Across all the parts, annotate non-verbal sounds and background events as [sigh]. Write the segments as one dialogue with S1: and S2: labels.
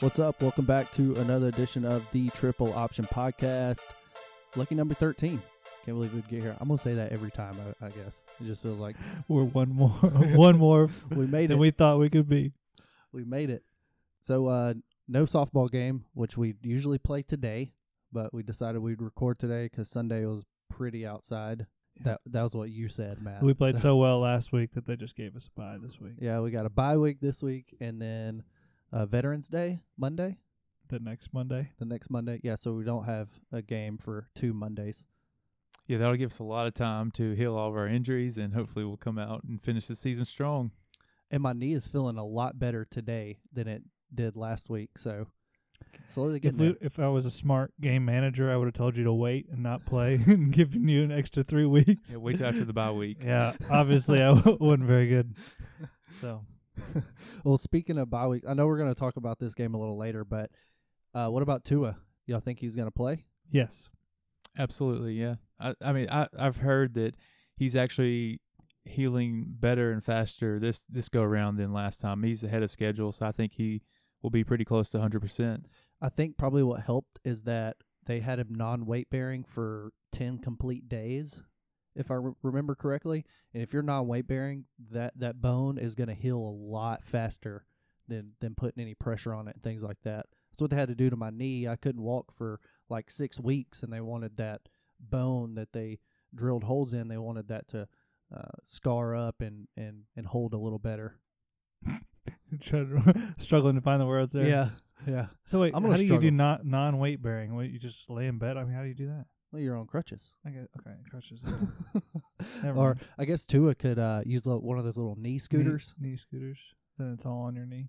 S1: What's up? Welcome back to another edition of the Triple Option Podcast. Lucky number 13. Can't believe we'd get here. I'm going to say that every time, I, I guess. It just feels like
S2: We're one
S1: [laughs]
S2: more, [laughs] one more [laughs]
S1: we made it.
S2: than we thought we could be.
S1: we made it. So, uh, no softball game, which we usually play today, but we decided we'd record today because Sunday was pretty outside. That that was what you said, Matt.
S2: We played
S1: So-
S2: so well last week that they just gave us a bye this week.
S1: yeah, we got a bye week this week, and then uh, Veterans Day Monday,
S2: The next Monday,
S1: the next Monday. Yeah, so we don't have a game for two Mondays.
S3: Yeah, that'll give us a lot of time to heal all of our injuries, and hopefully we'll come out and finish the season strong.
S1: And my knee is feeling a lot better today than it did last week. So slowly
S2: if
S1: getting
S2: we,
S1: there.
S2: if I was a smart game manager, I would have told you to wait and not play, [laughs] and given you an extra three weeks.
S3: Yeah, wait till after
S2: [laughs]
S3: the bye week.
S2: Yeah, obviously I [laughs] w- wasn't very
S1: [laughs]
S2: good. So
S1: Well, speaking of bye week, I know we're going to talk about this game a little later, but uh, what about Tua? Y'all think he's going to play?
S2: yes, [laughs]
S3: Absolutely, yeah. I, I mean, I, I've heard that he's actually healing better and faster this this go around than last time. He's ahead of schedule, so I think he will be pretty close to 100%.
S1: I think probably what helped is that they had him non weight bearing for 10 complete days, if I re- remember correctly. And if you're non weight bearing, that, that bone is going to heal a lot faster than, than putting any pressure on it and things like that. That's what they had to do to my knee. I couldn't walk for like six weeks, and they wanted that bone that they drilled holes in, they wanted that to uh, scar up and, and, and hold a little better.
S2: Trying- struggling to [laughs] find the words there.
S1: Yeah. Yeah.
S2: So wait,
S1: I'm gonna
S2: how do you
S1: struggle.
S2: do not non weight bearing? What you just lay in bed? I mean, how do you do that?
S1: Well, you're on crutches.
S2: I guess, okay,
S1: [laughs]
S2: crutches. [laughs] Never
S1: or
S2: mind.
S1: I guess Tua could uh, use lo- one of those little knee scooters.
S2: knee, knee scooters. Then it's all on your knee.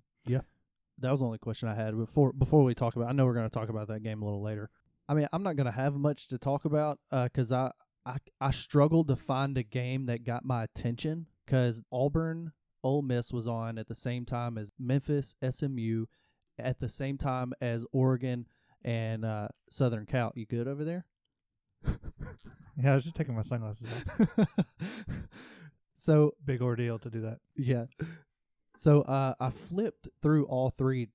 S1: That was the only question I had before before we talk about. I know we're going to talk about that game a little later. I mean, I'm not going to have much to talk about because I, I I struggled to find a game that got my attention because Auburn Ole Miss was on at the same time as Memphis SMU, at the same time as Oregon and uh, Southern Cal. You good over there?
S2: Yeah, I was just taking my sunglasses off.
S1: [laughs] So
S2: Big ordeal to do that.
S1: Yeah. So uh, I flipped through all three.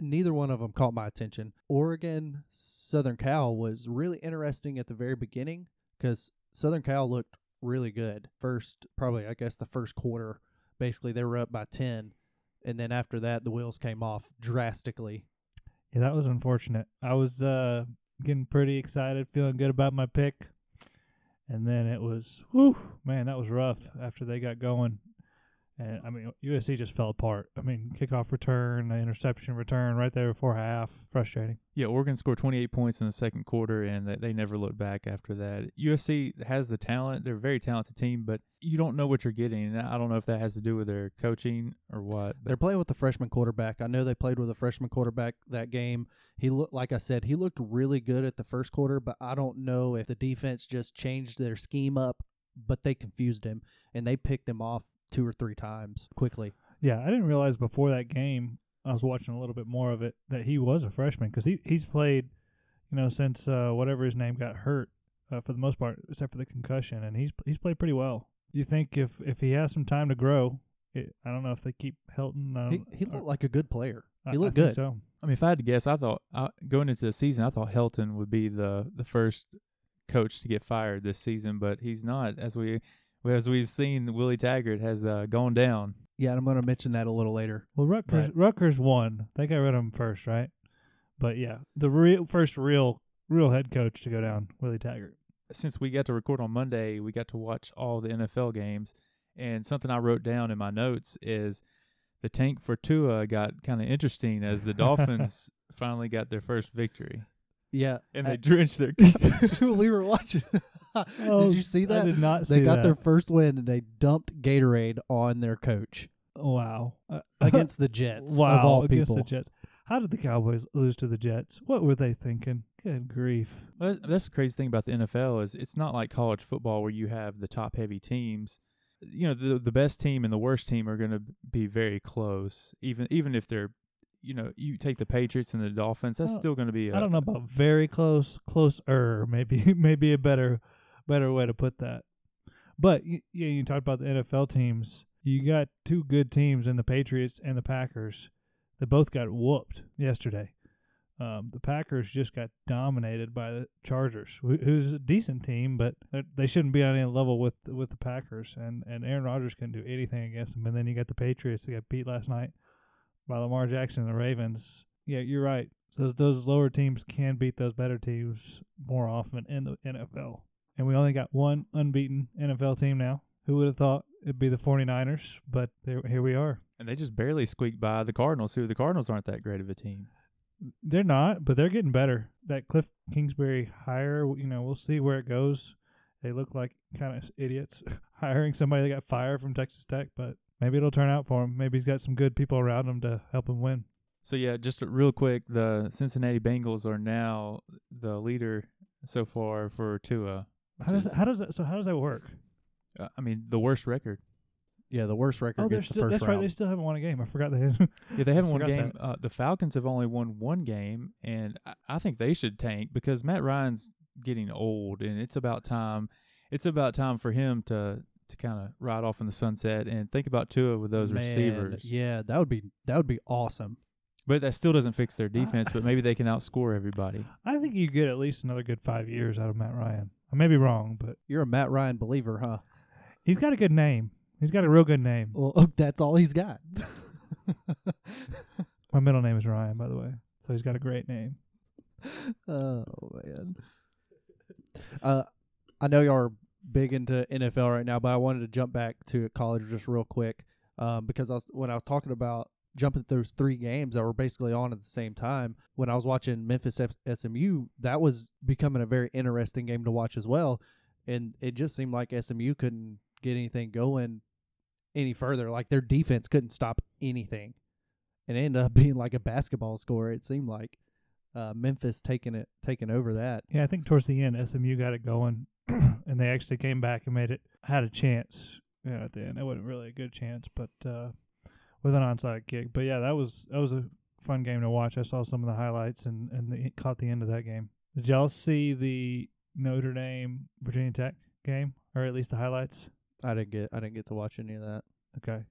S1: Neither one of them caught my attention. Oregon Southern Cal was really interesting at the very beginning because Southern Cal looked really good. First, probably, I guess, the first quarter. Basically, they were up by 10. And then after that, the wheels came off drastically.
S2: Yeah, that was unfortunate. I was uh, getting pretty excited, feeling good about my pick, and then it was, whew, man, that was rough after they got going. And I mean, USC just fell apart. I mean, kickoff return, the interception return, right there before half, frustrating.
S3: Yeah, Oregon scored 28 points in the second quarter, and they, they never looked back after that. USC has the talent; they're a very talented team, but you don't know what you're getting. And I don't know if that has to do with their coaching or what.
S1: They're
S3: But
S1: playing with the freshman quarterback. I know they played with a freshman quarterback that game. He looked like I said, he looked really good at the first quarter, but I don't know if the defense just changed their scheme up, but they confused him and they picked him off two or three times quickly.
S2: Yeah, I didn't realize before that game, I was watching a little bit more of it, that he was a freshman because he, he's played, you know, since uh, whatever his name got hurt uh, for the most part, except for the concussion, and he's he's played pretty well. You think if, if he has some time to grow, it, I don't know if they keep Helton. I
S1: He,
S2: don't-
S1: he
S2: or-
S1: looked like a good player.
S2: Um, uh, I-
S1: He
S2: I
S1: looked
S2: think
S1: good.
S2: So.
S3: I mean, if I had to guess, I thought I, going into the season, I thought Helton would be the the first coach to get fired this season, but he's not. As we as we've seen, Willie Taggart has uh, gone down.
S1: Yeah, and I'm going to mention that a little later.
S2: Well, Rutgers Rutgers won. They got rid of him first, right? But yeah, the real first real real head coach to go down, Willie Taggart.
S3: since we got to record on Monday, we got to watch all the NFL games. And something I wrote down in my notes is the tank for Tua got kind of interesting as the Dolphins finally got their first victory.
S1: [laughs] Yeah.
S3: And
S1: Uh,
S3: they drenched their coach.
S1: we were watching. [laughs]
S2: Oh,
S1: did you see that?
S2: I did not see
S1: they got
S2: that.
S1: their first win and they dumped Gatorade on their
S2: [laughs]
S1: coach
S2: wow Uh,
S1: against the Jets.
S2: wow
S1: of all
S2: against
S1: people.
S2: the Jets. How did the Cowboys lose to the Jets? What were they thinking? Good grief!
S3: Well, that- that's the crazy thing about the NFL is it's not like college football where you have the top heavy teams. You know, the the best team and the worst team are going to be very close. Even even if they're, you know, you take the Patriots and the Dolphins, that's
S2: Well,
S3: still going to be. a
S2: I don't know about very close, closer, maybe [laughs] maybe a better better way to put that. But you, you, you talked about the NFL teams. You got two good teams in the Patriots and the Packers They both got whooped yesterday. Um, the Packers just got dominated by the Chargers, wh- who's a decent team, but they're- they shouldn't be on any level with with the Packers. And and Aaron Rodgers couldn't do anything against them. And then you got the Patriots that got beat last night by Lamar Jackson and the Ravens. Yeah, you're right. So those lower teams can beat those better teams more often in the NFL. And we only got one unbeaten NFL team now. Who would have thought it'd be the 49ers? But there, here we are.
S3: And they just barely squeaked by the Cardinals, who the Cardinals aren't that great of a team.
S2: They're not, but they're getting better. That Cliff Kingsbury hire, you know, we'll see where it goes. They look like kind of idiots [laughs] hiring somebody that got fired from Texas Tech, but maybe it'll turn out for him. Maybe he's got some good people around him to help him win.
S3: So yeah, just real quick, the Cincinnati Bengals are now the leader so far for Tua.
S2: How
S3: which
S2: does
S3: is-
S2: how does that so how does that work?
S3: uh, I mean, the worst record.
S1: Yeah, the worst record
S2: Oh, they're
S1: gets the
S2: still
S1: first
S2: that's right.
S1: round.
S2: They still haven't won a game. I forgot they had. [laughs]
S3: Yeah, they haven't
S2: I
S3: won a
S2: forgot
S3: game. Uh, the Falcons have only won one game, and I, I think they should tank because Matt Ryan's getting old, and it's about time. It's about time for him to to kind of ride off in the sunset and think about Tua with those
S1: Man,
S3: receivers.
S1: Yeah, that would be that would be awesome.
S3: But that still doesn't fix their defense. but maybe they can outscore everybody.
S2: I think you get at least another good five years out of Matt Ryan. I may be wrong, but
S1: You're a Matt Ryan believer, huh?
S2: he's got a good name. He's got a real good name.
S1: Well, [laughs] that's all he's got.
S2: My middle name is Ryan, by the way, so he's got a great name.
S1: [laughs] oh man. Uh, I know y'all are big into NFL right now, but I wanted to jump back to college just real quick um, because I was when I was talking about jumping through those three games that were basically on at the same time. When I was watching Memphis F- SMU, that was becoming a very interesting game to watch as well, and it just seemed like SMU couldn't get anything going any further. Like their defense couldn't stop anything. And it ended up [laughs] being like a basketball score. It seemed like uh, Memphis taking it taking over that.
S2: Yeah, I think towards the end, SMU got it going, [clears throat] and they actually came back and made it had a chance. You know, at the end, it wasn't really a good chance, but uh, with an onside kick. But yeah, that was that was a fun game to watch. I saw some of the highlights and and the, caught the end of that game. Did y'all see the Notre Dame Virginia Tech game, or at least the highlights?
S1: I didn't get I didn't get to watch any of that.
S2: Okay.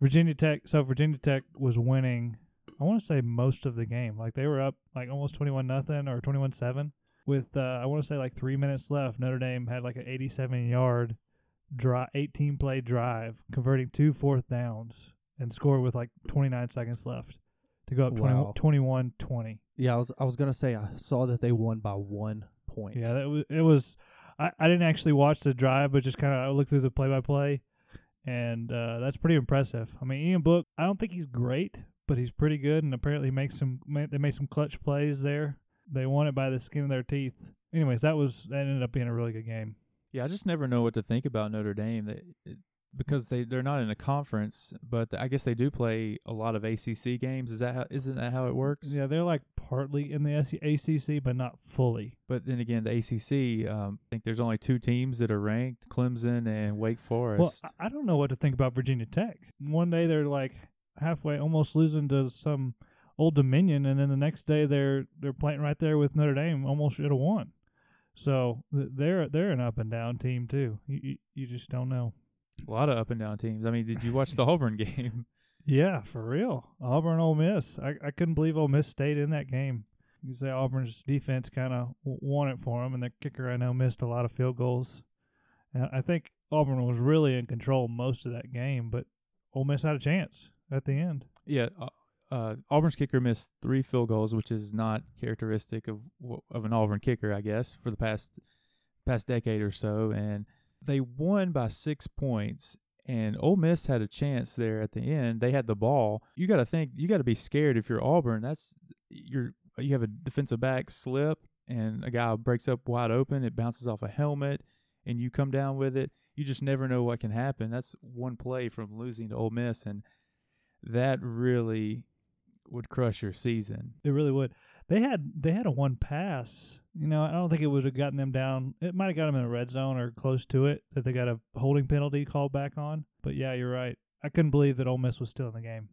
S2: Virginia Tech. So Virginia Tech was winning. I want to say most of the game. Like they were up like almost twenty-one nothing or twenty-one seven. With uh, I want to say like three minutes left, Notre Dame had like an eighty-seven yard drive, eighteen play drive, converting two fourth downs and scored with like twenty-nine seconds left to go up
S1: Wow.
S2: 21 20
S1: Yeah, I was I was gonna say I saw that they won by one point.
S2: Yeah, that was, it was. I, I didn't actually watch the drive, but just kind of I looked through the play by play, and uh, that's pretty impressive. I mean, Ian Book, I don't think he's great, but he's pretty good, and apparently makes some. ma- They made some clutch plays there. They won it by the skin of their teeth. Anyways, that was that ended up being a really good game.
S3: Yeah, I just never know what to think about Notre Dame. They, because they they're not in a conference, but I guess they do play a lot of ACC games. Is that how, isn't that how it works?
S2: Yeah, they're like partly in the E SC ACC, but not fully.
S3: But then again, the ACC, um, I think there's only two teams that are ranked: Clemson and Wake
S2: Well,
S3: Forest.
S2: I- I don't know what to think about Virginia Tech. One day they're like halfway, almost losing to some Old Dominion, and then the next day they're they're playing right there with Notre Dame, almost should have won. So th- they're they're an up and down team too. You you, you just don't know.
S3: a lot of up and down teams. I mean, did you watch the Auburn [laughs] game?
S2: Yeah, for real. Auburn, Ole Miss. I, I couldn't believe Ole Miss stayed in that game. You say Auburn's defense kind of w- won it for them, and their kicker I know missed a lot of field goals. And I think Auburn was really in control most of that game, but Ole Miss had a chance at the end.
S3: Yeah, uh, uh, Auburn's kicker missed three field goals, which is not characteristic of wh- of an Auburn kicker, I guess, for the past past decade or so. And they won by six points. And Ole Miss had a chance there at the end. They had the ball. You got to think. You got to be scared if you're Auburn. That's you're you have a defensive back slip and a guy breaks up wide open. It bounces off a helmet, and you come down with it. You just never know what can happen. That's one play from losing to Ole Miss, and that really would crush your season.
S2: It really would. They had they had a one pass. You know, I don't think it would have gotten them down. It might have got them in the red zone or close to it that they got a holding penalty called back on. But yeah, you're right. I couldn't believe that Ole Miss was still in the game.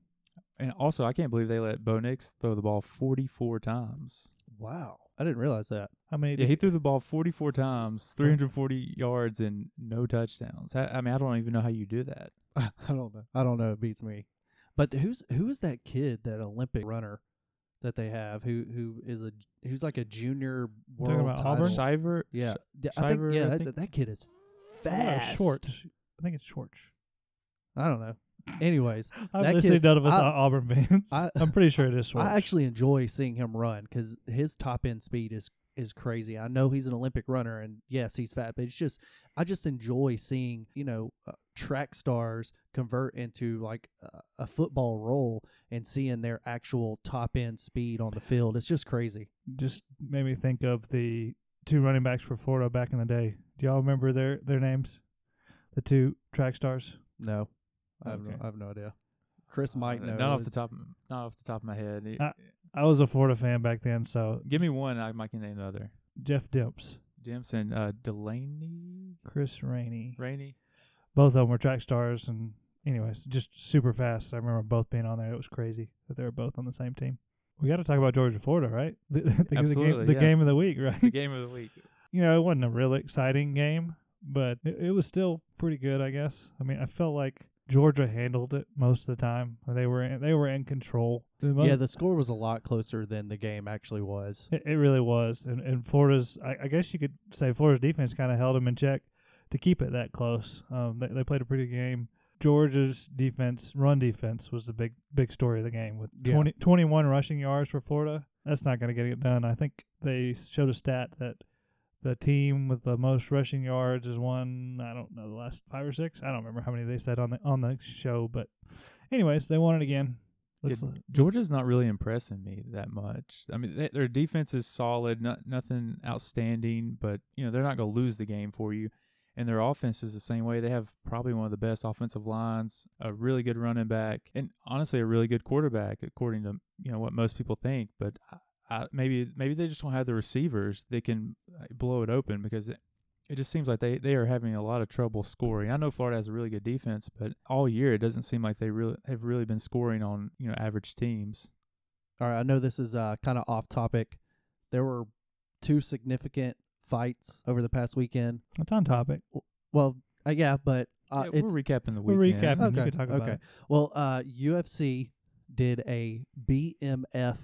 S3: And also, I can't believe they let Bo Nix throw the ball 44 times.
S1: Wow. I didn't realize that. [laughs]
S2: How many?
S3: Yeah, he threw the ball 44 times, 340 yards, and no touchdowns. I, I mean, I don't even know how you do that.
S1: I don't know. I don't know. It beats me. But who's who is that kid, that Olympic runner that they have who who is a who's like a junior
S2: Talking
S1: world
S2: about
S1: title?
S2: Auburn?
S3: Shiver,
S1: Yeah,
S3: Sh-
S1: yeah, I think
S3: Shiver,
S1: yeah
S3: I
S1: that,
S3: think.
S1: that kid is
S2: Oh,
S1: fast.
S2: Schwartz. I think
S1: [gasps]
S2: it's Schwartz.
S1: I don't know. Anyways, That
S2: Obviously,
S1: kid-
S2: none of us
S1: I-
S2: are Auburn fans. I, [laughs]
S1: I-
S2: am pretty sure it is Schwartz.
S1: [laughs] I actually enjoy seeing him run because his top end speed is is crazy. I know he's an Olympic runner, and yes, he's fat, but it's just I just enjoy seeing you know uh, track stars convert into like uh, a football role and seeing their actual top end speed on the field. It's just crazy.
S2: just made me think of the two running backs for Florida back in the day. Do y'all remember their their names? The two track stars.
S1: No, I have
S2: Okay.
S1: no, I have no idea. Chris
S3: Uh,
S1: might know.
S3: Not off
S1: Is-
S3: the top, not off the top of my head. It-
S2: Uh, I was a Florida fan back then, so
S3: give me one, I might can name the other.
S2: Jeff Dimps,
S3: Dempson, uh, Delaney,
S2: Chris Rainey,
S1: [laughs]
S3: Rainey.
S2: both of them were track stars, and anyways, just super fast. I remember both being on there. It was crazy that they were both on the same team. We got to talk about Georgia Florida, right? [laughs] The, the- the
S3: Absolutely,
S2: game, the
S3: yeah.
S2: game of the week, right?
S3: The game of the week.
S2: you know, it wasn't a real exciting game, but it, it was still pretty good, I guess. I mean, I felt like Georgia handled it most of the time. They were in, they were in control. The mo-
S1: yeah, the score was a lot closer than the game actually was.
S2: it, it really was. And and Florida's, I, I guess you could say Florida's defense kind of held them in check to keep it that close. Um, they, they played a pretty good game. Georgia's defense, run defense, was the big big story of the game with
S1: Yeah.
S2: twenty twenty one 21 rushing yards for Florida. That's not going to get it done. I think they showed a stat that the team with the most rushing yards is one. I don't know the last five or six. I don't remember how many they said on the on the show, but anyways, they won it again. Let's,
S3: Yeah, Georgia's not really impressing me that much. I mean, they, their defense is solid, not, nothing outstanding, but you know they're not going to lose the game for you. And their offense is the same way. They have probably one of the best offensive lines, a really good running back, and honestly, a really good quarterback, according to you know what most people think. But I, I, maybe maybe they just don't have the receivers that can uh, blow it open because it, it just seems like they, they are having a lot of trouble scoring. I know Florida has a really good defense, but all year it doesn't seem like they really have really been scoring on you know average teams.
S1: All right, I know this is uh, kind of off topic. There were two significant fights over the past weekend.
S2: it's on topic.
S1: Well, uh, yeah, but uh,
S3: Yeah,
S1: it's
S3: we're recapping the
S2: We're
S3: weekend.
S2: recapping.
S1: okay.
S2: You can talk about
S1: okay.
S2: it.
S1: Well, uh, UFC did a BMF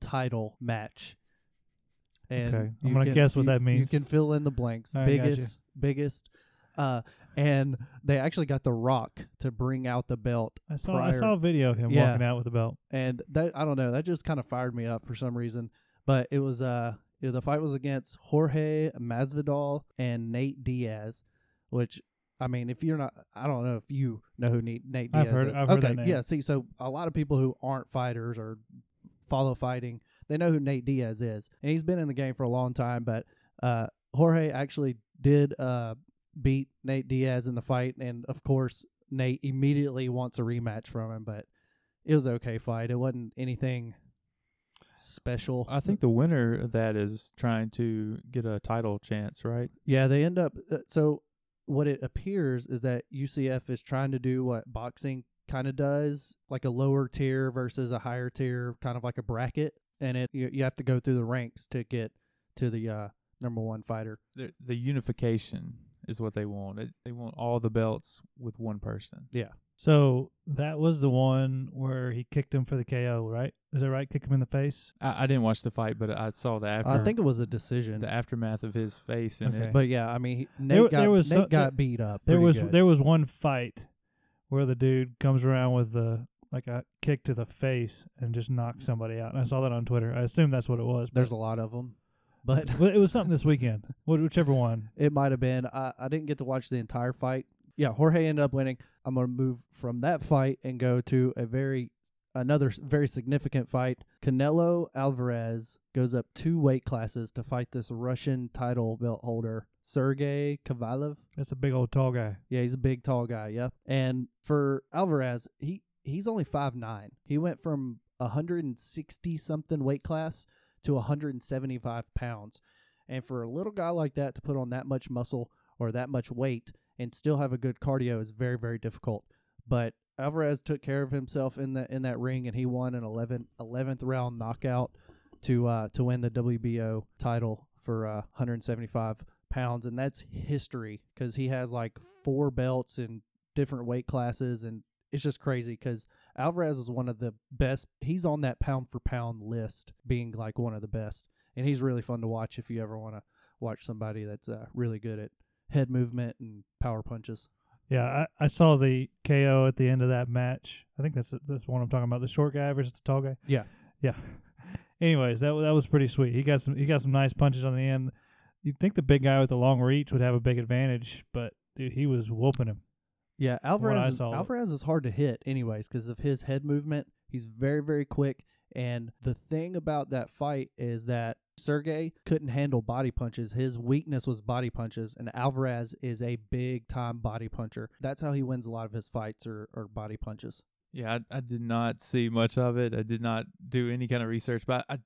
S1: title match. And
S2: Okay, I'm
S1: you
S2: gonna
S1: can-
S2: guess what
S1: you-
S2: that means.
S1: You can fill in the blanks.
S2: I got you.
S1: biggest, biggest. Uh, and they actually got The Rock to bring out the belt
S2: I saw I
S1: prior-
S2: saw a video of him
S1: Yeah.
S2: walking out with a belt.
S1: and that I don't know that just kind of fired me up for some reason. But it was uh you know, the fight was against Jorge Masvidal and Nate Diaz, which I mean if you're not I don't know if you know who Nate, Nate Diaz
S2: I've heard-
S1: is.
S2: I've
S1: okay,
S2: heard that name.
S1: yeah. See, so a lot of people who aren't fighters or follow fighting they know who Nate Diaz is, and he's been in the game for a long time. But uh, Jorge actually did uh, beat Nate Diaz in the fight, and of course Nate immediately wants a rematch from him. But it was an okay fight. It wasn't anything special.
S3: I think the winner of that is trying to get a title chance, right?
S1: yeah, they end up uh, so. What it appears is that UCF is trying to do what boxing kind of does, like a lower tier versus a higher tier, kind of like a bracket, and it you, you have to go through the ranks to get to the uh, number one fighter.
S3: The, the unification is what they want. It, they want all the belts with one person.
S2: So that was the one where he kicked him for the KO, right? Is that right? Kick him in the face.
S3: I, I didn't watch the fight, but I saw the after.
S1: I think it was a decision.
S3: the aftermath of his face and
S2: Okay.
S3: it.
S1: But yeah, I mean, he- Nate
S2: There-
S1: got
S2: there was
S1: Nate
S2: some-
S1: got beat up.
S2: There
S1: pretty
S2: was
S1: good.
S2: there was one fight where the dude comes around with the like a kick to the face and just knocks somebody out. And I saw that on Twitter. I assume that's what it was.
S1: There's a lot of them, but [laughs]
S2: Well, it was something this weekend, wh- whichever one.
S1: it might have been. I, I didn't get to watch the entire fight. Yeah, Jorge ended up winning. I'm gonna move from that fight and go to a very another s- very significant fight. Canelo Alvarez goes up two weight classes to fight this Russian title belt holder, Sergey Kovalev.
S2: That's a big old tall guy.
S1: Yeah, he's a big, tall guy. Yep. And for Alvarez, he he's only five nine. He went from 160 something weight class to 175 pounds. And for a little guy like that to put on that much muscle or that much weight and still have a good cardio is very, very difficult. But Alvarez took care of himself in the in that ring, and he won an 11, 11th round knockout to uh, to win the WBO title for uh, 175 pounds, and that's history because he has like four belts in different weight classes, and it's just crazy because Alvarez is one of the best. He's on that pound for pound list, being like one of the best, and he's really fun to watch if you ever want to watch somebody that's uh, really good at head movement and power punches.
S2: Yeah, I, I saw the KO at the end of that match. I think that's that's the one I'm talking about. The short guy versus the tall guy.
S1: Yeah.
S2: yeah. [laughs] Anyways, that wa- that was pretty sweet. He got some he got some nice punches on the end. You'd think the big guy with the long reach would have a big advantage, but dude, he was whooping him.
S1: Yeah,
S2: what I
S1: Alvarez is,
S2: saw.
S1: Alvarez is hard to hit anyways because of his head movement. He's very very quick and the thing about that fight is that Sergey couldn't handle body punches. His weakness was body punches and Alvarez is a big time body puncher. That's how he wins a lot of his fights or, or body punches.
S3: Yeah, I, I did not see much of it. I did not do any kind of research, but I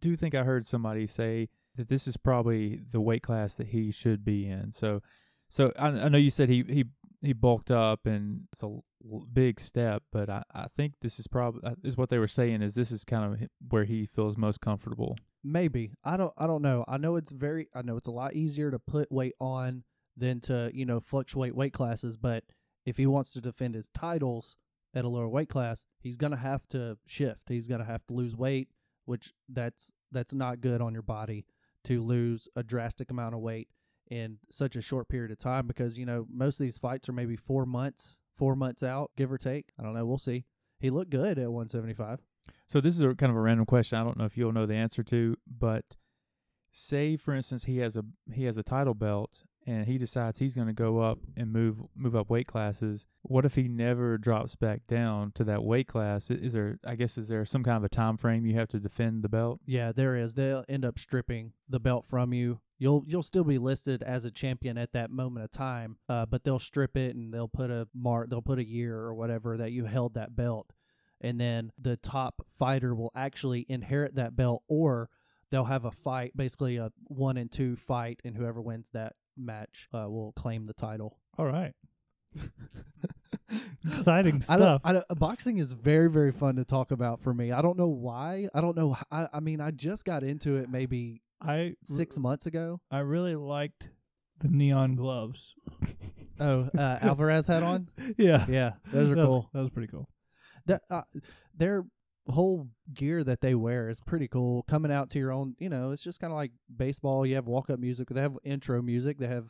S3: do think I heard somebody say that this is probably the weight class that he should be in. So, so I, I know you said he he he bulked up and it's a l- big step, but I, I think this is probably is what they were saying is this is kind of hi- where he feels most comfortable.
S1: Maybe. I don't I don't know. I know it's very I know it's a lot easier to put weight on than to, you know, fluctuate weight classes, but if he wants to defend his titles at a lower weight class, he's going to have to shift. He's going to have to lose weight, which that's that's not good on your body to lose a drastic amount of weight in such a short period of time because, you know, most of these fights are maybe 4 months, 4 months out, give or take. I don't know, we'll see. He looked good at 175.
S3: So this is a kind of a random question. I don't know if you'll know the answer to, but say for instance he has a he has a title belt and he decides he's going to go up and move move up weight classes. What if he never drops back down to that weight class? I- Is there I guess is there some kind of a time frame you have to defend the belt?
S1: Yeah, there is. They'll end up stripping the belt from you. You'll you'll still be listed as a champion at that moment of time, uh, but they'll strip it and they'll put a mark. They'll put a year or whatever that you held that belt, and then the top fighter will actually inherit that belt, or they'll have a fight, basically a one and two fight, and whoever wins that match uh, will claim the title. [laughs]
S2: All right. Exciting
S1: I don't,
S2: stuff.
S1: I don't, boxing is very, very fun to talk about for me. I don't know why. I don't know. h- I, I mean, I just got into it maybe
S2: I
S1: six months ago.
S2: I really liked the neon
S1: [laughs]
S2: gloves.
S1: Oh, uh, Alvarez hat on.
S2: Yeah.
S1: Yeah, those are
S2: That was-
S1: cool.
S2: That was pretty cool.
S1: That uh, their whole gear that they wear is pretty cool. Coming out to your own, you know, it's just kind of like baseball. You have walk up music. They have intro music. They have.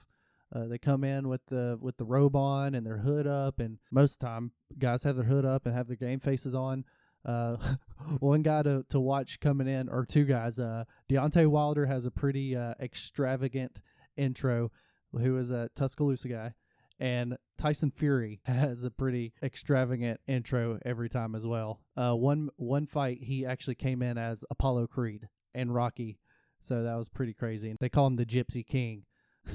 S1: Uh, they come in with the with the robe on and their hood up, and most of the time guys have their hood up and have their game faces on. Uh, [laughs] one guy to, to watch coming in, or two guys. Uh, Deontay Wilder has a pretty uh, extravagant intro, who is a Tuscaloosa guy, and Tyson Fury [laughs] has a pretty extravagant intro every time as well. Uh, one one fight he actually came in as Apollo Creed and Rocky, so that was pretty crazy. They call him the Gypsy King. [laughs]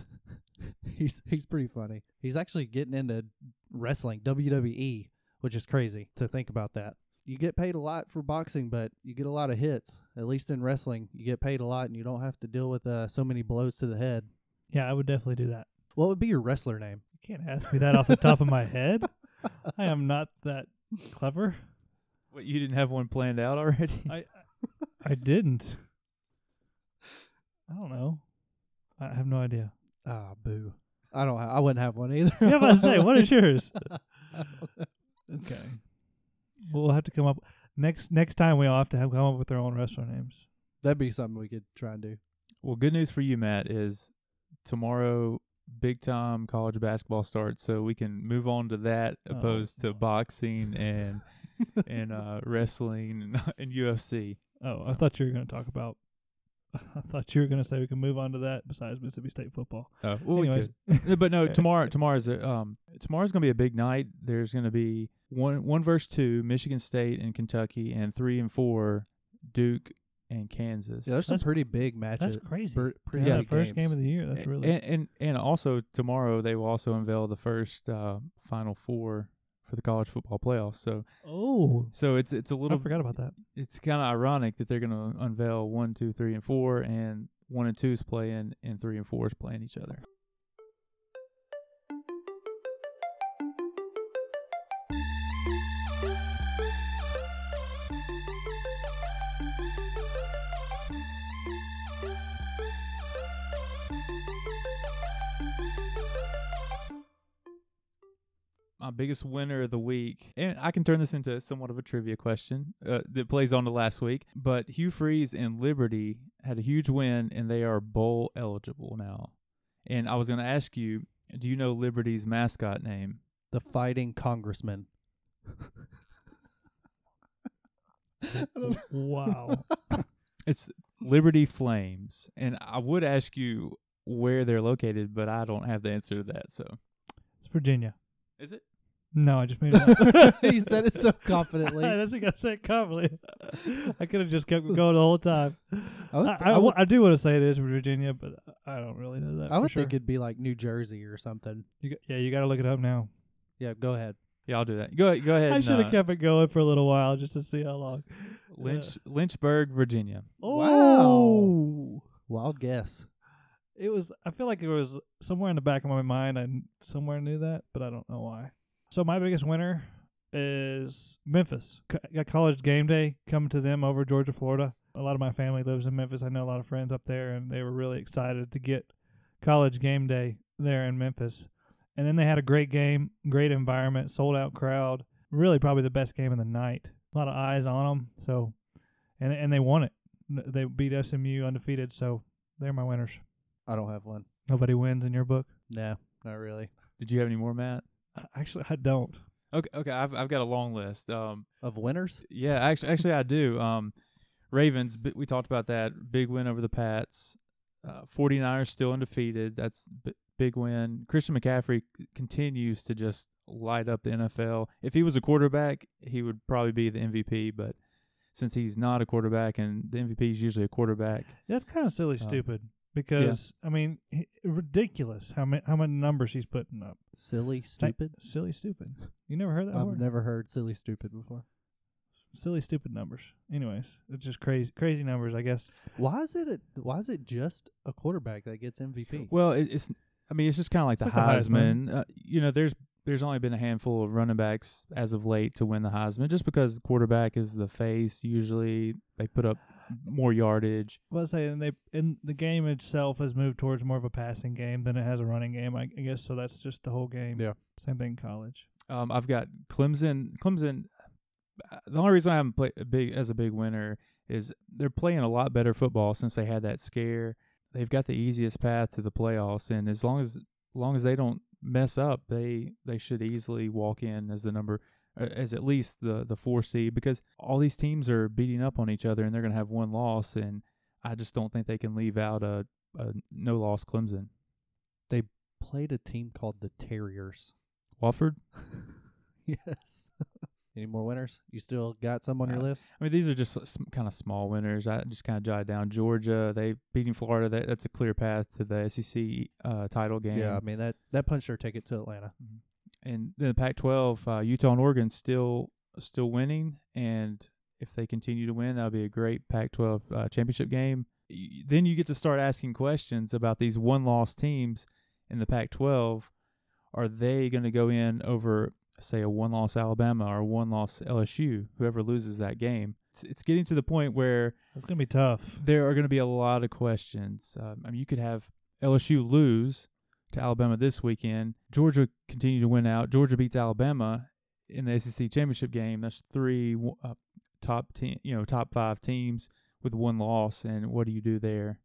S1: he's he's pretty funny. He's actually getting into wrestling WWE, which is crazy to think about that. You get paid a lot for boxing, but you get a lot of hits. At least in wrestling, you get paid a lot, and you don't have to deal with uh, so many blows to the head.
S2: Yeah, I would definitely do that.
S1: What would be your wrestler name?
S2: You can't ask me that off the top of my head. I am not that clever.
S3: What you didn't have one planned out already? [laughs]
S2: I I- I didn't. I don't know. I have no [laughs] idea.
S1: Ah, boo. I don't. Ha- I wouldn't have one either.
S2: Yeah, I was about to say, what is yours?
S1: I
S2: Okay. We'll have to come up next next time. We'll have to have come up with our own wrestler names.
S1: [laughs] That'd be something we could try and do.
S3: Well, good news for you, Matt, is tomorrow big time college basketball starts, so we can move on to that
S2: Oh,
S3: opposed to
S2: boy.
S3: boxing [laughs] and and uh, wrestling and, and UFC.
S2: Oh, I
S3: So-
S2: thought you were going to talk about. [laughs] I thought you were going to say we can move on to that besides Mississippi State football.
S3: Oh, well, we
S2: Anyways,
S3: could. but [laughs] no, tomorrow tomorrow's a, um tomorrow's gonna be a big night. There's gonna be one one verse two, Michigan State and Kentucky, and three and four, Duke and Kansas.
S1: Yeah, there's some
S2: That's-
S1: pretty big matches.
S2: that's crazy.
S1: per- pretty
S2: yeah,
S1: big
S2: first
S1: games.
S2: game of the year. That's
S3: A-
S2: really
S3: and, and and also tomorrow they will also unveil the first uh, Final Four for the college football playoffs. So
S2: oh.
S3: so it's it's a little
S2: I forgot about
S3: [laughs]
S2: that.
S3: it's kind of ironic that they're going to unveil one, two, three, and four, and one and two's playing, and three and four's playing each other. my biggest winner of the week, and I can turn this into somewhat of a trivia question uh, that plays on to last week. But Hugh Freeze and Liberty had a huge win, and they are bowl eligible now. And I was going to ask you, do you know Liberty's mascot name?
S1: The fighting
S2: [laughs]
S1: congressman. [laughs]
S2: wow.
S3: It's Liberty Flames. And I would ask you where they're located, but I don't have the answer to that. So,
S2: It's [laughs] Virginia.
S3: is it?
S2: No, I just made it up.
S1: he said
S2: [laughs]
S1: it so confidently.
S2: That's what I
S1: [laughs]
S2: said confidently. I could have just kept going the whole time. I,
S1: would-
S2: I,
S1: I
S2: wa-
S1: would-
S2: I do want to say it is Virginia, but I don't really know that.
S1: I
S2: for
S1: would
S2: sure.
S1: think it'd be like New Jersey or something.
S2: You g- yeah, you got to look it up now.
S1: Yeah, go ahead.
S3: Yeah, I'll do that. Go ahead. Go ahead.
S2: I
S3: and,
S2: should have
S3: uh,
S2: kept it going for a little while just to see how long.
S3: Lynch, Lynchburg, Virginia.
S2: Oh,
S1: Wild guess.
S2: it was. I feel like it was somewhere in the back of my mind. I kn- somewhere knew that, but I don't know why. So my biggest winner is Memphis. Co- Got college game day coming to them over Georgia, Florida. A lot of my family lives in Memphis. I know a lot of friends up there, and they were really excited to get college game day there in Memphis. And then they had a great game, great environment, sold out crowd. Really, probably the best game of the night. A lot of eyes on them. So, and and they won it. N- They beat SMU undefeated. So they're my winners.
S1: I don't have one.
S2: Nobody wins in your book.
S1: No, not really.
S3: Did you have any more, Matt?
S2: Actually, I don't.
S3: Okay, okay. I've I've got a long list. Um,
S1: Of winners?
S3: yeah, actually, actually, I do. Um, Ravens. bi- We talked about that big win over the Pats. Uh, 49ers still undefeated. That's b- big win. Christian McCaffrey c- continues to just light up the NFL. If he was a quarterback, he would probably be the MVP. But since he's not a quarterback, and the MVP is usually a quarterback,
S2: That's kind of silly,
S3: Oh.
S2: stupid. Because I mean, h- ridiculous how many how many numbers he's putting up.
S1: Silly,
S2: Like,
S1: stupid.
S2: silly, stupid. You never heard that
S1: I've
S2: word?
S1: never heard silly, stupid before.
S2: silly, stupid numbers. Anyways, it's just crazy, crazy numbers. I guess
S1: Why is it? A, why is it just a quarterback that gets MVP?
S3: Well, it, it's. I mean, it's just kind of like
S2: It's
S3: the
S2: like the
S3: Heisman. Uh, you know, there's there's only been a handful of running backs as of late to win the Heisman, just because the quarterback is the face. Usually, they put up more yardage.
S2: Well, I say, and they and the game itself has moved towards more of a passing game than it has a running game. I, I guess so. That's just the whole game.
S1: Yeah.
S2: Same thing in college.
S3: Um, I've got Clemson. Clemson. uh, The only reason I haven't played a big as a big winner is they're playing a lot better football since they had that scare. They've got the easiest path to the playoffs, and as long as long as they don't mess up, they they should easily walk in as the number uh, as at least the the four seed because all these teams are beating up on each other, and they're going to have one loss, and I just don't think they can leave out a, a no loss Clemson.
S1: Played a team called the Terriers.
S3: Wofford.
S1: [laughs] yes. Any more winners? You still got some on your
S3: Uh,
S1: list?
S3: I mean, these are just s kind of small winners. I just kind of jotted down Georgia. They beating Florida. That, that's a clear path to the SEC uh, title game.
S1: Yeah, I mean that that punched their ticket to Atlanta.
S3: And then the Pac-12, uh, Utah and Oregon still still winning. And if they continue to win, that'll be a great Pac-12 uh, championship game. Y- Then you get to start asking questions about these one-loss teams in the Pac-12. Are they going to go in over say a one loss Alabama or a one loss LSU, whoever loses that game. It's, it's getting to the point where
S2: It's gonna be tough.
S3: there are going to be a lot of questions. Um, I mean, you could have LSU lose to Alabama this weekend. Georgia continue to win out. Georgia beats Alabama in the SEC championship game. That's three uh, top ten, you know, top five teams with one loss. And what do you do there?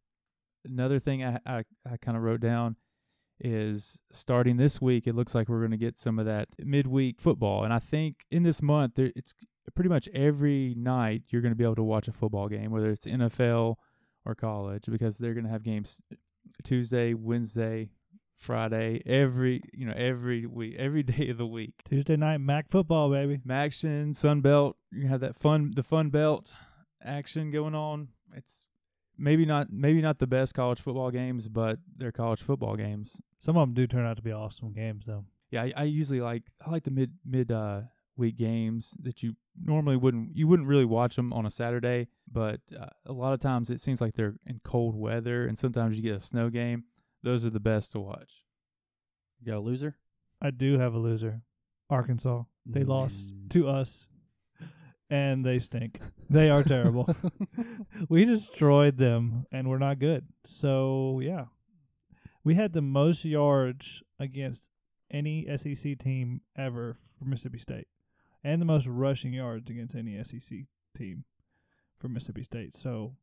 S3: Another thing I I, I kind of wrote down is starting this week. It looks like we're going to get some of that midweek football, and I think in this month there, it's pretty much every night you're going to be able to watch a football game, whether it's NFL or college, because they're going to have games Tuesday, Wednesday, Friday, every you know every week, every [laughs] day of the week.
S2: Tuesday night Mac football, baby.
S3: Maction, Sun Belt, you have that fun the Fun Belt action going on. It's maybe not maybe not the best college football games, but they're college football games.
S2: Some of them do turn out to be awesome games, though.
S3: Yeah, I, I usually like I like the mid mid uh, week games that you normally wouldn't you wouldn't really watch them on a Saturday, but uh, a lot of times it seems like they're in cold weather, and sometimes you get a snow game. Those are the best to watch.
S1: You got a loser?
S2: I do have a loser. Arkansas. They lost
S1: Mm.
S2: to us, and they stink. They are terrible. we destroyed them, and we're not good. So yeah, we had the most yards against any SEC team ever for Mississippi State, and the most rushing yards against any SEC team for Mississippi State. So,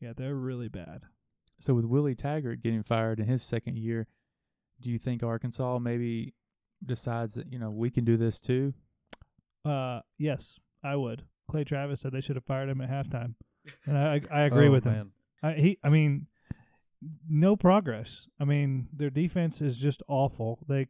S2: yeah, they're really bad.
S3: So with Willie Taggart getting fired in his second year, do you think Arkansas maybe decides that you know we can do this too?
S2: Uh, yes, I would. Clay Travis said they should have fired him at halftime, and I I, I agree with him. I, he, I mean, no progress. I mean, their defense is just awful. They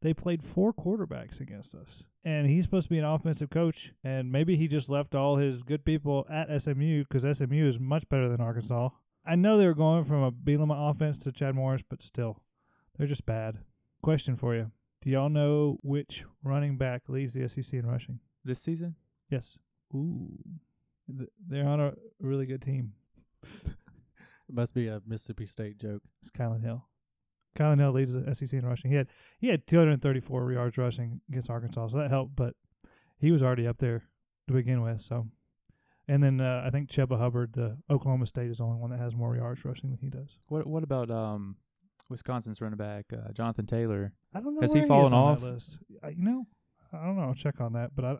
S2: they played four quarterbacks against us, and he's supposed to be an offensive coach. And maybe he just left all his good people at SMU because SMU is much better than Arkansas. I know they were going from a Bielema offense to Chad Morris, but still, they're just bad. Question for you: Do y'all know which running back leads the SEC in rushing?
S3: This season?
S2: Yes. Ooh, Th- they're on a really good team.
S1: It must be a Mississippi State joke.
S2: It's Kylan Hill. Kylan Hill leads the SEC in rushing. He had he had 234 yards rushing against Arkansas, so that helped. But he was already up there to begin with. So, and then uh, I think Chuba Hubbard, the Oklahoma State, is the only one that has more yards rushing than he does.
S3: What What about um Wisconsin's running back uh, Jonathan Taylor?
S2: I don't know.
S3: Has
S2: where
S3: he
S2: is
S3: fallen
S2: on
S3: off?
S2: That list. I, you know, I don't know. I'll check on that, but I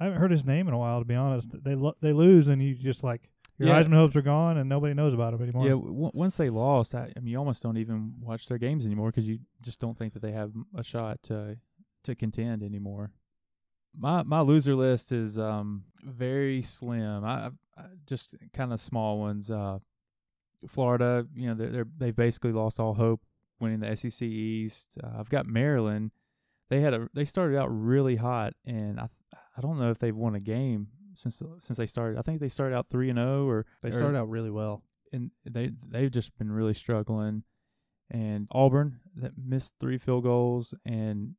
S2: I haven't heard his name in a while. To be honest, they lo- they lose, and you just like your
S3: Yeah.
S2: Heisman hopes are gone, and nobody knows about him anymore.
S3: Yeah, w- w- once they lost, I, I mean, you almost don't even watch their games anymore because you just don't think that they have a shot to to contend anymore. My my loser list is um very slim. I, I just kind of small ones. Uh, Florida, you know, they're, they're they've basically lost all hope winning the SEC East. Uh, I've got Maryland. They had a they started out really hot, and I th- I don't know if they've won a game since since they started. I think they started out three and zero, or
S1: They
S3: or-
S1: started out really well.
S3: and they they've just been really struggling. And Auburn that missed three field goals and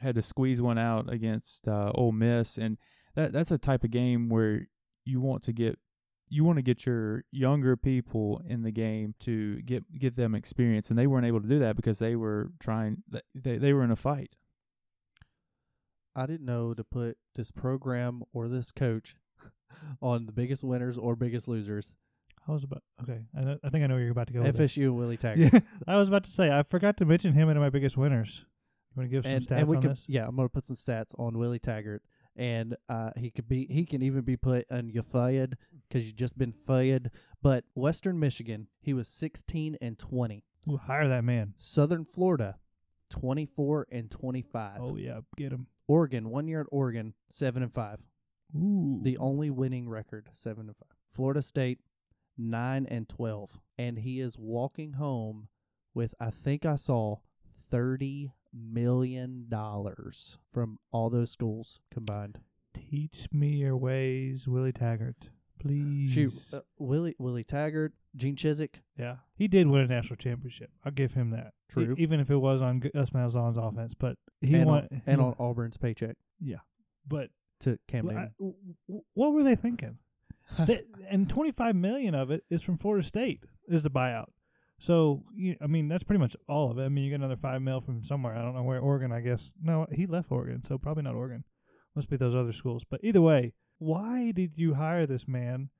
S3: had to squeeze one out against uh, Ole Miss, and that that's a type of game where you want to get you want to get your younger people in the game to get get them experience, and they weren't able to do that because they were trying they they were in a fight.
S1: I didn't know to put this program or this coach [laughs] on the biggest winners or biggest losers.
S2: I was about okay. I, know- I think I know where you're about to go.
S1: [laughs]
S2: with this.
S1: FSU and Willie Taggart.
S2: Yeah, [laughs] I was about to say I forgot to mention him in my biggest winners. You want to give some
S1: and,
S2: stats
S1: and we
S2: on
S1: could,
S2: this?
S1: yeah, I'm gonna put some stats on Willie Taggart, and uh, he could be he can even be put on you fired because you just been fired. But Western Michigan, he was 16 and 20.
S2: Ooh, hire that man.
S1: Southern Florida, 24 and 25.
S2: Oh yeah, get him.
S1: Oregon, one year at Oregon, seven and five.
S2: Ooh,
S1: The only winning record, seven and five. Florida State, nine and 12, and he is walking home with I think I saw. Thirty million dollars from all those schools combined.
S2: teach me your ways, Willie Taggart, please.
S1: Shoot, uh, Willie Willie Taggart, Gene Chiswick.
S2: yeah, he did win a national championship. I'll give him that. E-
S1: True.
S2: even if it was on G- Gus Malzahn's offense, but he
S1: and
S2: won.
S1: on, and on Auburn's paycheck
S2: but
S1: to Cam
S2: I-
S1: Newton.
S2: w- w- what were they thinking? That- and 25 million of it is from Florida State is the buyout. So you, I mean that's pretty much all of it. I mean you get another five mil from somewhere. I don't know where Oregon. I guess no, he left Oregon, so probably not Oregon. Must be those other schools. But either way, why did you hire this man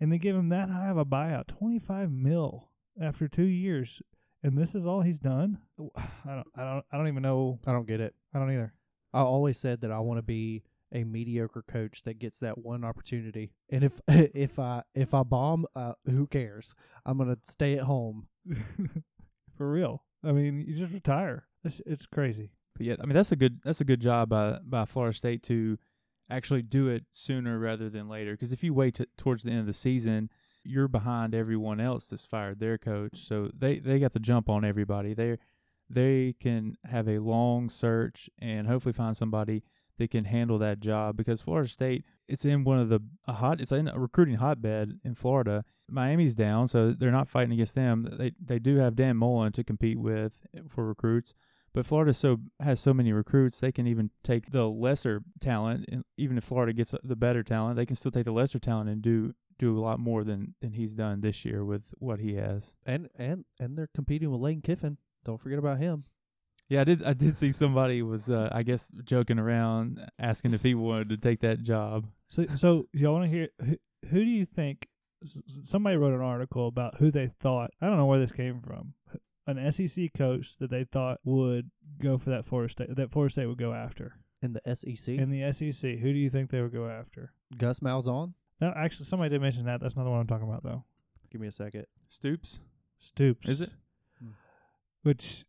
S2: and they give him that high of a buyout, 25 mil after two years, and this is all he's done? [sighs] I don't, I don't, I don't even know.
S1: I don't get it.
S2: I don't either.
S1: I always said that I want to be a mediocre coach that gets that one opportunity, and if [laughs] if I if I bomb, uh, who cares? I'm gonna stay at home.
S2: [laughs] For real. I mean, you just retire. It's, it's crazy.
S3: But yeah, I mean that's a good that's a good job by by Florida State to actually do it sooner rather than later. Because if you wait t- towards the end of the season, you're behind everyone else that's fired their coach. So they they got the jump on everybody. They they can have a long search and hopefully find somebody that can handle that job because Florida State it's in one of the a hot it's in a recruiting hotbed in Florida. Miami's down, so they're not fighting against them. They they do have Dan Mullen to compete with for recruits. But Florida so has so many recruits, they can even take the lesser talent, and even if Florida gets the better talent, they can still take the lesser talent and do do a lot more than than he's done this year with what he has.
S1: And and and they're competing with Lane Kiffin. Don't forget about him.
S3: Yeah, I did. I did see somebody was, uh, I guess, joking around asking if he wanted to take that job.
S2: So, so y'all want to hear who, who do you think? s- s- Somebody wrote an article about who they thought. I don't know where this came from. an SEC coach that they thought would go for that Florida State that Florida State would go after
S1: in the SEC.
S2: in the SEC. Who do you think they would go after?
S1: Gus Malzahn.
S2: No, actually, somebody did mention that. That's not the one I'm talking about though.
S1: Give me a second.
S3: Stoops.
S2: Stoops.
S3: Is it?
S1: Hmm.
S2: Which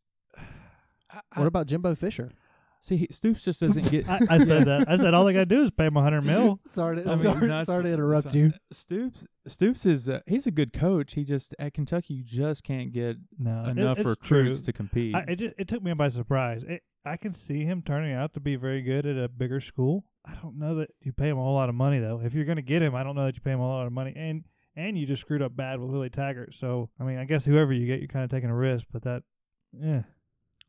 S3: I,
S1: What about Jimbo
S3: [laughs]
S1: Fisher?
S3: see, he- Stoops just doesn't [laughs] get.
S2: I, I said that. I said all they gotta do is pay him a hundred mil.
S1: Sorry,
S3: I mean, sorry- that's- sorry to interrupt that's you. Stoops. Stoops is uh, he's a good coach. He just at Kentucky, you just can't get
S2: No, Uh, it-
S3: enough
S2: it's
S3: recruits
S2: true.
S3: to compete.
S2: I, it just, it took me by surprise. It, I can see him turning out to be very good at a bigger school. I don't know that you pay him a whole lot of money though. If you're going to get him, I don't know that you pay him a whole lot of money, and and you just screwed up bad with Willie Taggart. So I mean, I guess whoever you get, you're kind of taking a risk. But that, yeah,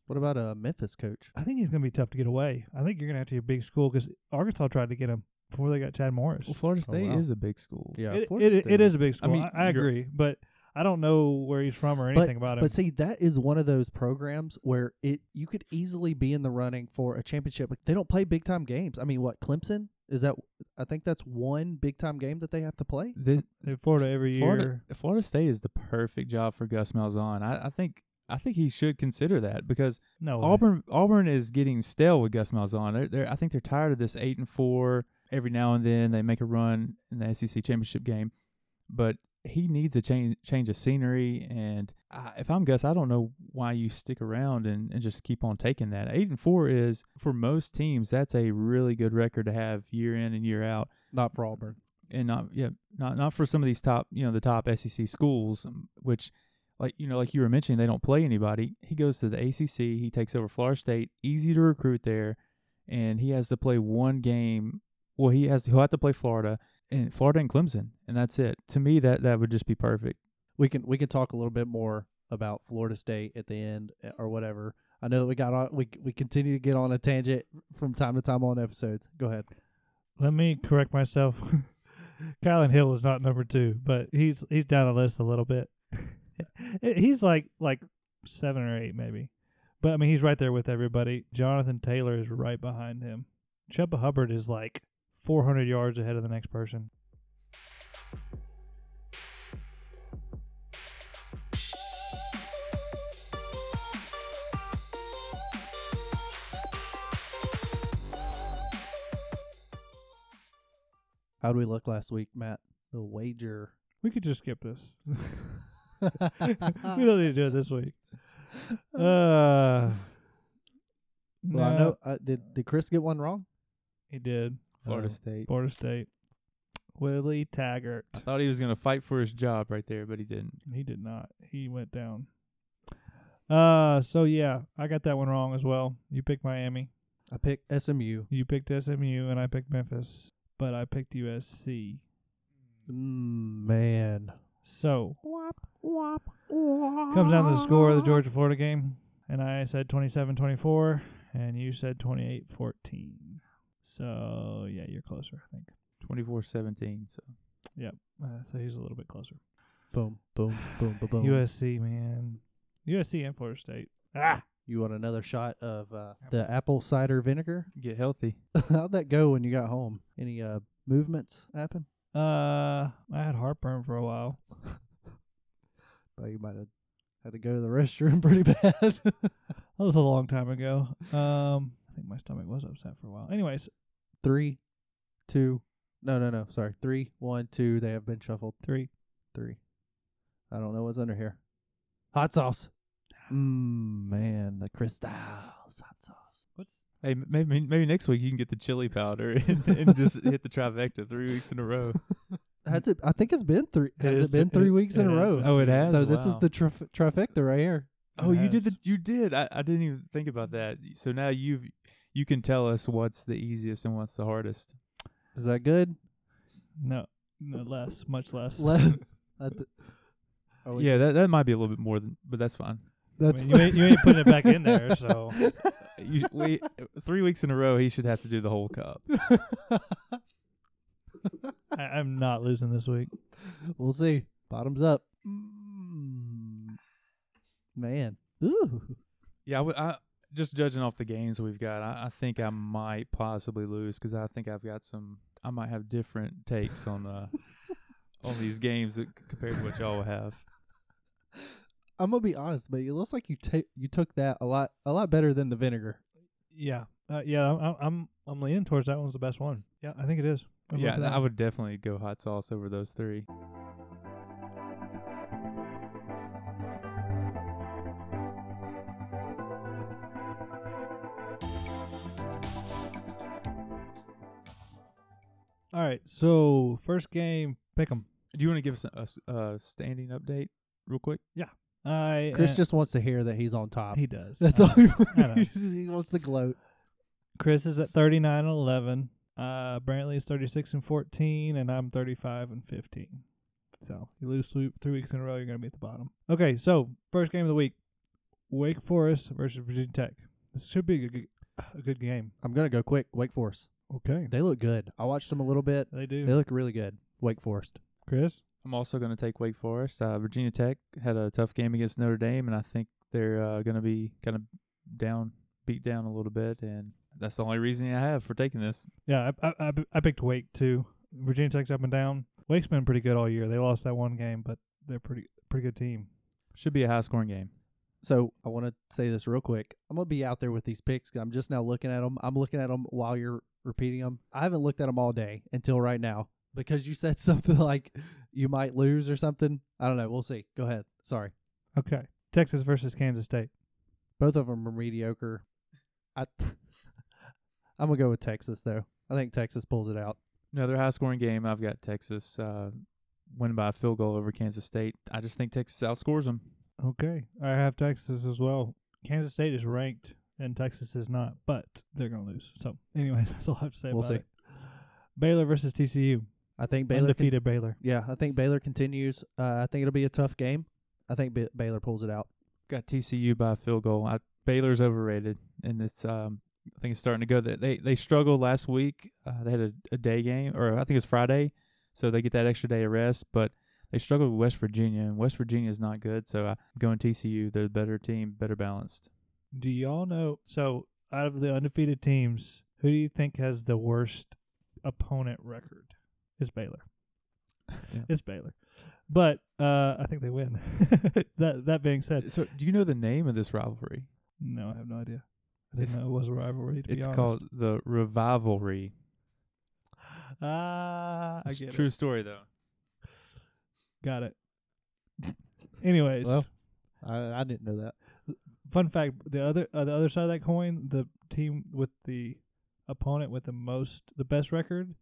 S1: What about a Memphis coach?
S2: I think he's going to be tough to get away. I think you're going to have to be a big school because Arkansas tried to get him before they got Chad Morris.
S3: well, Florida
S1: Oh,
S3: State
S1: wow.
S3: is a big school.
S1: Yeah,
S2: it,
S1: Florida
S2: it- it
S1: State.
S2: is a big school. I,
S3: mean,
S2: I,
S3: you're-
S2: agree, but I don't know where he's from or anything about him.
S1: But see, that is one of those programs where it you could easily be in the running for a championship. Like, They don't play big time games. I mean, what Clemson is that? I think that's one big time game that they have to play.
S3: This,
S2: in Florida every
S3: Florida,
S2: year.
S3: Florida State is the perfect job for Gus Malzahn. I, I think I think he should consider that because
S2: No, way.
S3: Auburn Auburn is getting stale with Gus Malzahn. They're, they're I think they're tired of this eight and four. Every now and then they make a run in the SEC championship game, but he needs a change change of scenery. And I, if I'm Gus, I don't know why you stick around and, and just keep on taking that. Eight and four is for most teams that's a really good record to have year in and year out
S1: Not for Auburn.
S3: and not yeah not not for some of these top you know the top SEC schools um, which like you know like you were mentioning they don't play anybody he goes to the ACC he takes over Florida State easy to recruit there and he has to play one game well he has he'll have to play Florida and Florida and Clemson and that's it to me that that would just be perfect
S1: We can we can talk a little bit more about Florida State at the end uh, or whatever. I know that we got on we we continue to get on a tangent from time to time on episodes. Go ahead.
S2: Let me
S1: [laughs]
S2: correct myself. Kylan Hill is not number two, but he's he's down the list a
S1: [laughs]
S2: little bit. he's like like seven or eight maybe, but I mean he's right there with everybody. Jonathan Taylor is right behind him. Chuba Hubbard is like 400 yards ahead of the next person.
S1: How would we look last week, Matt? The wager. [laughs]
S2: We could just skip this. [laughs] we don't need to do it this
S1: [laughs]
S2: week. Uh,
S1: Well, I
S2: no,
S1: know. Uh, did did Chris get one wrong?
S2: he did.
S3: Florida
S1: Oh.
S3: State
S2: Florida State. Willie Taggart.
S3: I thought he was gonna fight for his job right there but he didn't
S2: He did not. He went down. Uh, so yeah, I got that one wrong as well. You picked Miami.
S1: I picked SMU.
S2: You picked SMU, and I picked Memphis, but I picked USC.
S1: Mm, man,
S2: So comes down to the score of the Georgia Florida game, and I said 27-24, and you said 28-14. So yeah, you're closer, I think.
S3: 24-17 so
S2: Uh, so he's a little bit closer.
S1: boom, boom, boom, boom, boom.
S2: [laughs] USC, man. USC and Florida State. Ah,
S1: You want another shot of uh,
S2: Apples.
S1: the apple cider vinegar? [laughs]
S3: get healthy
S1: How'd that go when you got home? Any uh, movements happen?
S2: uh, I had heartburn for a while.
S1: Thought you might have had to go to the [laughs] restroom pretty bad. [laughs]
S2: That was a long time ago. Um, I think my stomach was upset for a while. Anyways,
S1: three, two, no, no, no. Sorry, three, one, two. They have been shuffled.
S2: three.
S1: Three. I don't know what's under here. Hot sauce.
S2: Ah.
S1: Mm, man, the crystals hot sauce.
S2: What's
S3: hey m- maybe maybe next week you can get the chili powder [laughs] and, and just hit the trifecta three weeks in a row
S1: Has it? I think it's been three.
S2: It
S1: Has
S2: is-
S1: it been three
S2: it-
S1: weeks in
S2: it
S1: a
S2: is.
S1: row?
S3: Oh, it has.
S1: So this is
S3: Wow.
S1: the trif trifecta right here.
S3: Oh, you did
S2: Yes.
S3: the you did. I, I didn't even think about that. So now you've you can tell us what's the easiest and what's the hardest.
S1: Is that [laughs] good?
S2: no, no less, much less.
S1: Le- I th- Are we-
S3: Yeah, that that might be a little bit more than, but that's fine.
S2: I
S1: that's
S2: mean, you, ain't, you ain't putting it back in there, [laughs] so
S3: You, we three weeks in a row, he should have to do the whole cup.
S2: I, I'm not losing this week.
S1: [laughs] we'll see. Bottoms up. Mm, man. Ooh.
S3: Yeah, I, would- I just judging off the games we've got, I, I think I might possibly lose because I think I've got some. I might have different [laughs] takes on uh on these games that, compared to what y'all have.
S1: I'm gonna be honest, but it looks like you ta- you took that a lot a lot better than the vinegar.
S2: Yeah, uh, yeah, I'm, I'm I'm leaning towards that one's the best one. Yeah, I think it is. I'm
S3: yeah,
S2: with that.
S3: I would definitely go hot sauce over those three.
S2: All right, so first game, pick 'em.
S3: Do you want to give us a- a, s- a standing update real quick?
S2: I
S1: Chris
S2: uh,
S1: just wants to hear that he's on top.
S2: he does.
S1: That's
S2: I-
S1: all he [laughs]
S2: know.
S1: wants. he wants to gloat.
S2: Chris is at 39 and 11. Uh, Brantley is 36 and 14, and I'm 35 and 15. So you lose three, three weeks in a row, you're going to be at the bottom. Okay, so first game of the week Wake Forest versus Virginia Tech. This should be a good, a good game.
S1: I'm gonna go quick. Wake Forest.
S2: Okay.
S1: They look good. I watched them a little bit. They
S2: They do.
S1: look really good. Wake Forest.
S2: Chris?
S3: I'm also going to take Wake Forest. Uh, Virginia Tech had a tough game against Notre Dame, and I think they're uh, going to be kind of down, beat down a little bit. And that's the only reason I have for taking this.
S2: Yeah, I, I, I, I picked Wake too. Virginia Tech's up and down. Wake's been pretty good all year. They lost that one game, but they're pretty pretty good team.
S3: Should be a high scoring game.
S1: So I want to say this real quick. I'm gonna be out there with these picks. 'cause I'm just now looking at them. I'm looking at them while you're repeating them. I haven't looked at them all day until right now because you said [laughs] something like you might lose or something. I don't know. We'll see. Go ahead. Sorry.
S2: Okay. Texas versus Kansas State.
S1: Both of them are mediocre. I [laughs] I'm gonna go with Texas though. I think Texas pulls it out.
S3: Another high scoring game. I've got Texas uh, win by a field goal over Kansas State. I just think Texas outscores them.
S2: Okay. I have Texas as well. Kansas State is ranked and Texas is not, but they're going to lose. So, anyways, [laughs] that's all I have to say
S1: We'll
S2: about
S1: see.
S2: it. Baylor versus TCU.
S1: I think Baylor. Can,
S2: Undefeated Baylor.
S1: yeah, I think Baylor continues. Uh, I think it'll be a tough game. I think B- Baylor pulls it out.
S3: Got TCU by a field goal. I, Baylor's overrated, and it's um, I think it's starting to go. That they they struggled last week. Uh, they had a, a day game, or I think it was Friday, so they get that extra day of rest. But they struggled with West Virginia, and West Virginia is not good. So I going TCU. They're the better team, better balanced.
S2: Do y'all know? So, out of the undefeated teams, who do you think has the worst opponent record? It's Baylor.
S3: Yeah.
S2: It's Baylor. But uh, I think they win. [laughs] that that being said,
S3: So do you know the name of this rivalry?
S2: no, I have no idea. I didn't
S3: It's-
S2: know it was a rivalry. To be
S3: It's
S2: honest.
S3: called the Revivalry.
S2: Ah, I
S3: It's
S2: get it.
S3: true story though.
S2: Got it. Anyways,
S1: Well. I I didn't know that.
S2: fun fact: the other uh, the other side of that coin, the team with the opponent with the most the best record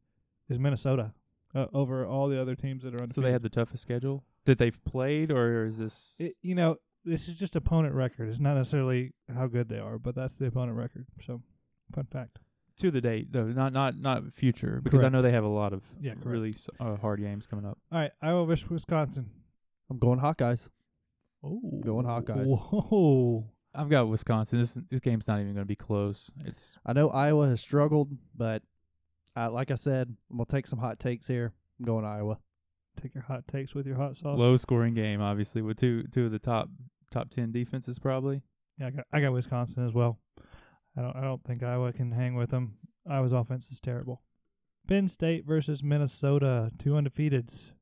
S2: is Minnesota uh, over all the other teams that are undefeated.
S3: So they had the toughest schedule that they've played, or is this?
S2: It- you know, this is just opponent record. It's not necessarily how good they are, but that's the opponent record. So, fun fact.
S3: to the date though, not not not future, because I know
S2: Correct.
S3: they have a lot of
S2: Yeah, correct.
S3: really s- uh, hard games coming up.
S2: All right, Iowa versus Wisconsin.
S1: I'm going Hawkeyes.
S2: Oh,
S1: Going Hawkeyes.
S2: Whoa.
S3: I've got Wisconsin. This this game's not even going to be close. It's
S1: I know Iowa has struggled, but uh, like I said, I'm gonna take some hot takes here. I'm going Iowa.
S2: Take your hot takes with your hot sauce.
S3: low scoring game, obviously, with two two of the top top ten defenses probably.
S2: Yeah, I got, I got Wisconsin as well. I don't I don't think Iowa can hang with them. Iowa's offense is terrible. Penn State versus Minnesota, two undefeateds.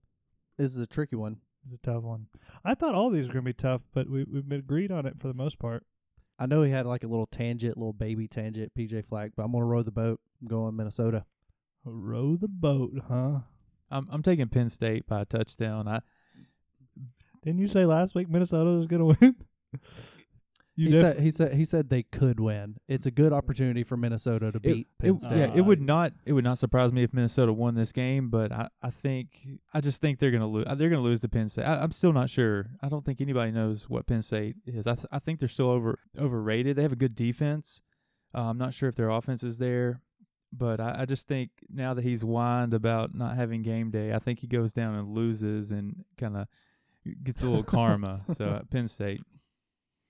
S1: This is a tricky one.
S2: It's a tough one. I thought all these were gonna be tough, but we we've been agreed on it for the most part.
S1: I know he had like a little tangent, little baby tangent, PJ Flack, but I'm gonna row the boat. I'm going Minnesota.
S2: Row the boat, huh?
S3: I'm I'm taking Penn State by a touchdown. I
S2: Didn't you say last week Minnesota was gonna [laughs] win? You
S1: he
S2: def-
S1: said he said he said they could win. It's a good opportunity for Minnesota to
S3: it,
S1: beat Penn
S3: it-
S1: State.
S3: yeah, it would not it would not surprise me if Minnesota won this game, but I, I think I just think they're gonna lose. They're gonna lose to Penn State. I, I'm still not sure. I don't think anybody knows what Penn State is. I th- I think they're still over overrated. They have a good defense. Uh, I'm not sure if their offense is there, but I, I just think now that he's whined about not having game day, I think he goes down and loses and kind of gets a little karma.
S1: [laughs]
S3: So uh, Penn State.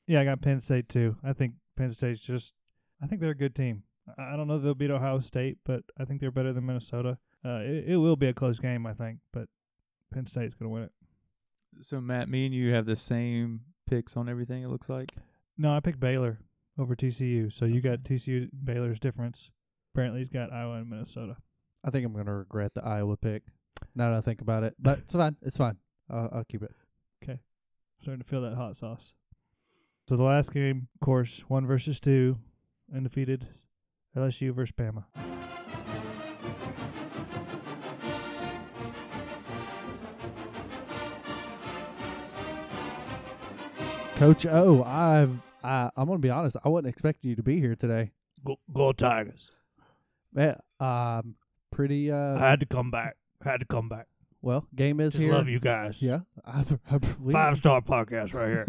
S2: Yeah, I got Penn State too. I think Penn State's just. I think they're a good team. I I don't know if they'll beat Ohio State, but I think they're better than Minnesota. Uh, it, it will be a close game, I think, but Penn State's going to win it.
S3: So Matt, me and you have the same picks on everything. It looks like.
S2: No, I picked Baylor over TCU, so you got TCU Baylor's difference. Brantley's got Iowa and Minnesota.
S1: I think I'm gonna regret the Iowa pick. Now that I think about it, but it's fine. It's fine. I'll I'll keep it.
S2: starting to feel that hot sauce. So the last game, of course, one versus two, undefeated, LSU versus Bama.
S1: Coach O, I've I, I'm gonna be honest. I wasn't expecting you to be here today.
S2: Go, go Tigers!
S1: Man, I'm um, pretty. uh
S2: I had to come back. had to come back.
S1: Well, game is
S2: Just
S1: here.
S2: love you guys.
S1: Yeah, I, I, [laughs] we,
S2: Five star podcast right here.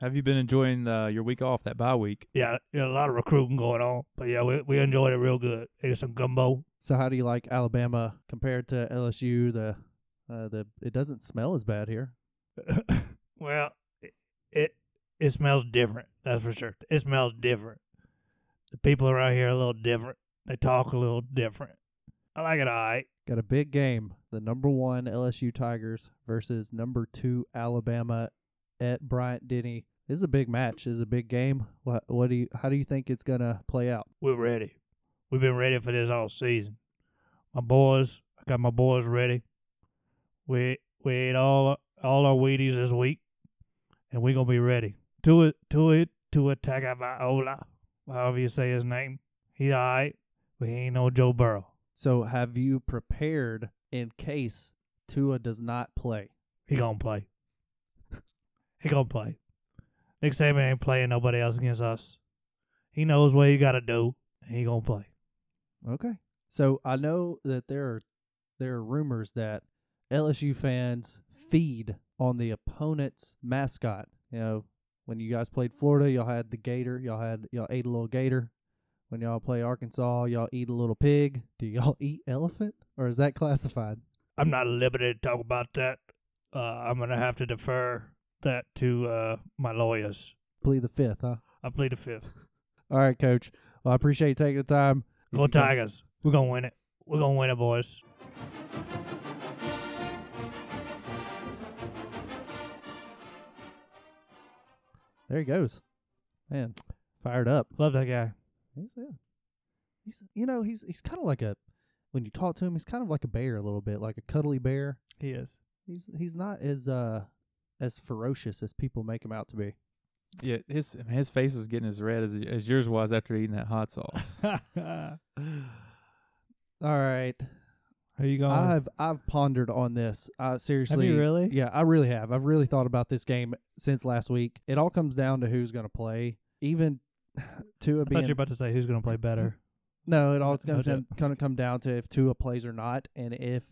S3: Have you been enjoying the, your week off, that bye week?
S2: yeah, yeah, a lot of recruiting going on, but yeah, we we enjoyed it real good. Ate some gumbo.
S1: So how do you like Alabama compared to LSU? The uh, the it doesn't smell as bad here.
S2: well, it, it it smells different. That's for sure. It smells different. The people around here are a little different. They talk a little different. I like it all right.
S1: Got a big game. The number one LSU Tigers versus number two Alabama at Bryant Denny. This is a big match. This is a big game. What what do you how do you think it's gonna play out?
S2: We're ready. We've been ready for this all season. My boys, I got my boys ready. We we ate all all our Wheaties this week, and we're gonna be ready to it to it to attack Viola, however you say his name. He all right, but he ain't no Joe Burrow.
S1: So have you prepared in case Tua does not play?
S2: He gonna play. he gonna play. Nick Saban ain't playing nobody else against us. He knows what he gotta do. And he gonna play.
S1: Okay. So I know that there are there are rumors that LSU fans feed on the opponent's mascot. You know, when you guys played Florida, y'all had the gator. Y'all had y'all ate a little gator. When y'all play Arkansas, y'all eat a little pig. Do y'all [laughs] eat elephant, or is that classified?
S2: I'm not limited to talk about that. Uh, I'm gonna have to defer that to uh, my lawyers.
S1: Plead the fifth, huh?
S2: I plead the fifth.
S1: All right, Coach. Well, I appreciate you taking the time. If
S2: Go
S1: you guys-
S2: Tigers. We're gonna win it. We're gonna win it, boys.
S1: There he goes, man. Fired up.
S2: Love that guy.
S1: He's yeah. He's you know he's he's kind of like a when you talk to him he's kind of like a bear a little bit like a cuddly bear.
S2: He is.
S1: He's he's not as uh as ferocious as people make him out to be.
S3: Yeah, his his face is getting as red as as yours was after eating that
S2: [laughs]
S3: hot sauce.
S2: Who
S1: All right,
S2: you going?
S1: I've I've pondered on this. Uh, seriously,
S2: Uh, really?
S1: Yeah, I really have. I've really thought about this game since last week. It all comes down to who's going to play. Even [sighs] Tua
S2: I thought
S1: being
S2: you were about to say who's gonna play better.
S1: No, it all it's
S2: No
S1: going to
S2: doubt.
S1: come, come down to if Tua plays or not, and if